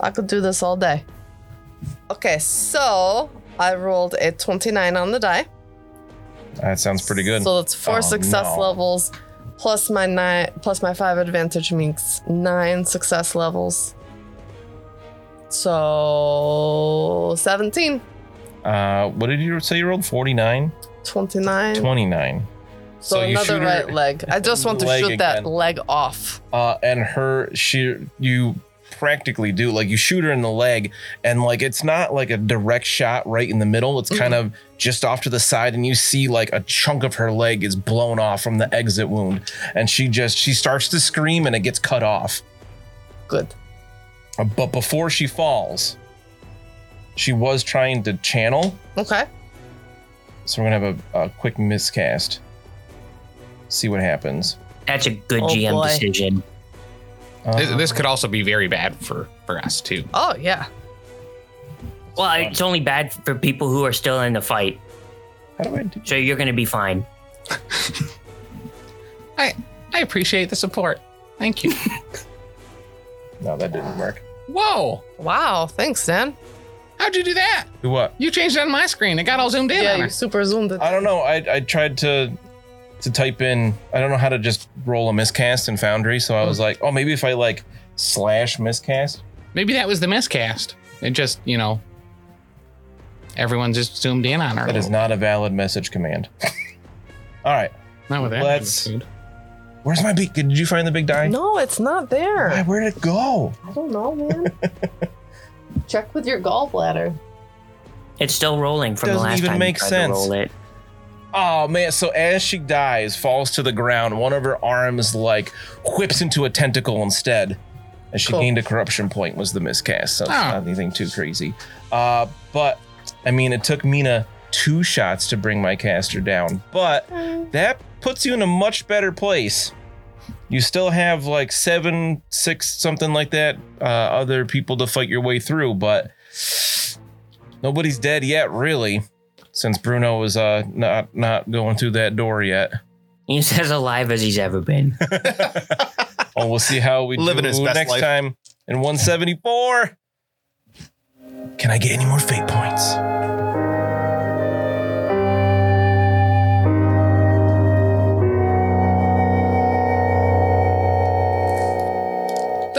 G: I could do this all day. Okay, so I rolled a 29 on the die.
D: That sounds pretty good.
G: So that's four
D: Oh,
G: success
D: no.
G: levels, plus my nine, plus my five advantage makes nine success levels. So 17,
D: Uh, what did you say you rolled? 49?
G: 29.
D: 29.
G: so,
D: you
G: another
D: shoot her-
G: right leg. I just want to
D: Leg
G: shoot that
D: again.
G: leg off.
D: uh, and her she you practically do like you shoot her in the leg and like it's not like a direct shot right in the middle it's kind of just off to the side and you see like a chunk of her leg is blown off from the exit wound and she just she starts to scream and it gets cut off
G: Good.
D: Uh, but before she falls she was trying to channel
G: Okay.
D: so we're gonna have a, a quick miscast see what happens
F: That's a good
G: Oh,
F: GM
G: boy.
F: decision.
D: Uh,
B: This, this could also be very bad for for us too.
G: Oh yeah.
F: Well, it's only bad for people who are still in the fight,
D: how do i do
F: so you're gonna be fine.
B: I appreciate the support. Thank you.
D: no that didn't work
B: Whoa!
G: Wow. Thanks, Dan.
B: How'd you do that?
D: do what
B: You changed it on my screen. It got all zoomed in.
G: Yeah,
B: on
G: you
B: us.
G: super zoomed it.
D: I don't know. I, I tried to to type in. I don't know how to just roll a miscast in Foundry, so I was like, oh, maybe if I like slash miscast.
B: Maybe that was the miscast. It just you know, everyone just zoomed in on her.
D: That is not a valid message command. All right,
B: Not with that.
D: let's-
B: attitude.
D: where's my big? Did you find the big die?
G: No, it's not
D: Why,
G: there.
D: Where did it go?
G: I don't know, man. Check with your gallbladder.
F: It's still rolling from
D: Doesn't
F: the last
D: even
F: time
D: make
F: you tried
D: sense.
F: to roll it.
D: Oh man! So as she dies, falls to the ground. One of her arms like whips into a tentacle instead, and she
G: Cool.
D: gained a corruption point. Was the miscast? So it's
B: Ah.
D: not anything too crazy. Uh, but I mean, it took Mina two shots to bring my caster down, but that puts you in a much better place. You still have like seven, six, something like that, uh, other people to fight your way through, but nobody's dead yet, really since Bruno is uh not not going through that door yet.
F: He's as alive as he's ever been.
D: Oh, we'll see how we
C: Living
D: do
C: his best
D: next
C: life.
D: time in 174. Can I get any more fate points?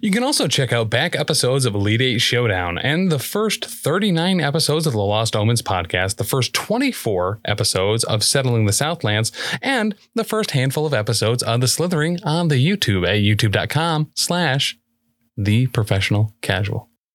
H: You can also check out back episodes of Elite Eight Showdown and the first 39 episodes of the Lost Omens podcast, the first 24 episodes of Settling the Southlands, and the first handful of episodes of The Slithering on the YouTube at youtube.com slash the professional casual.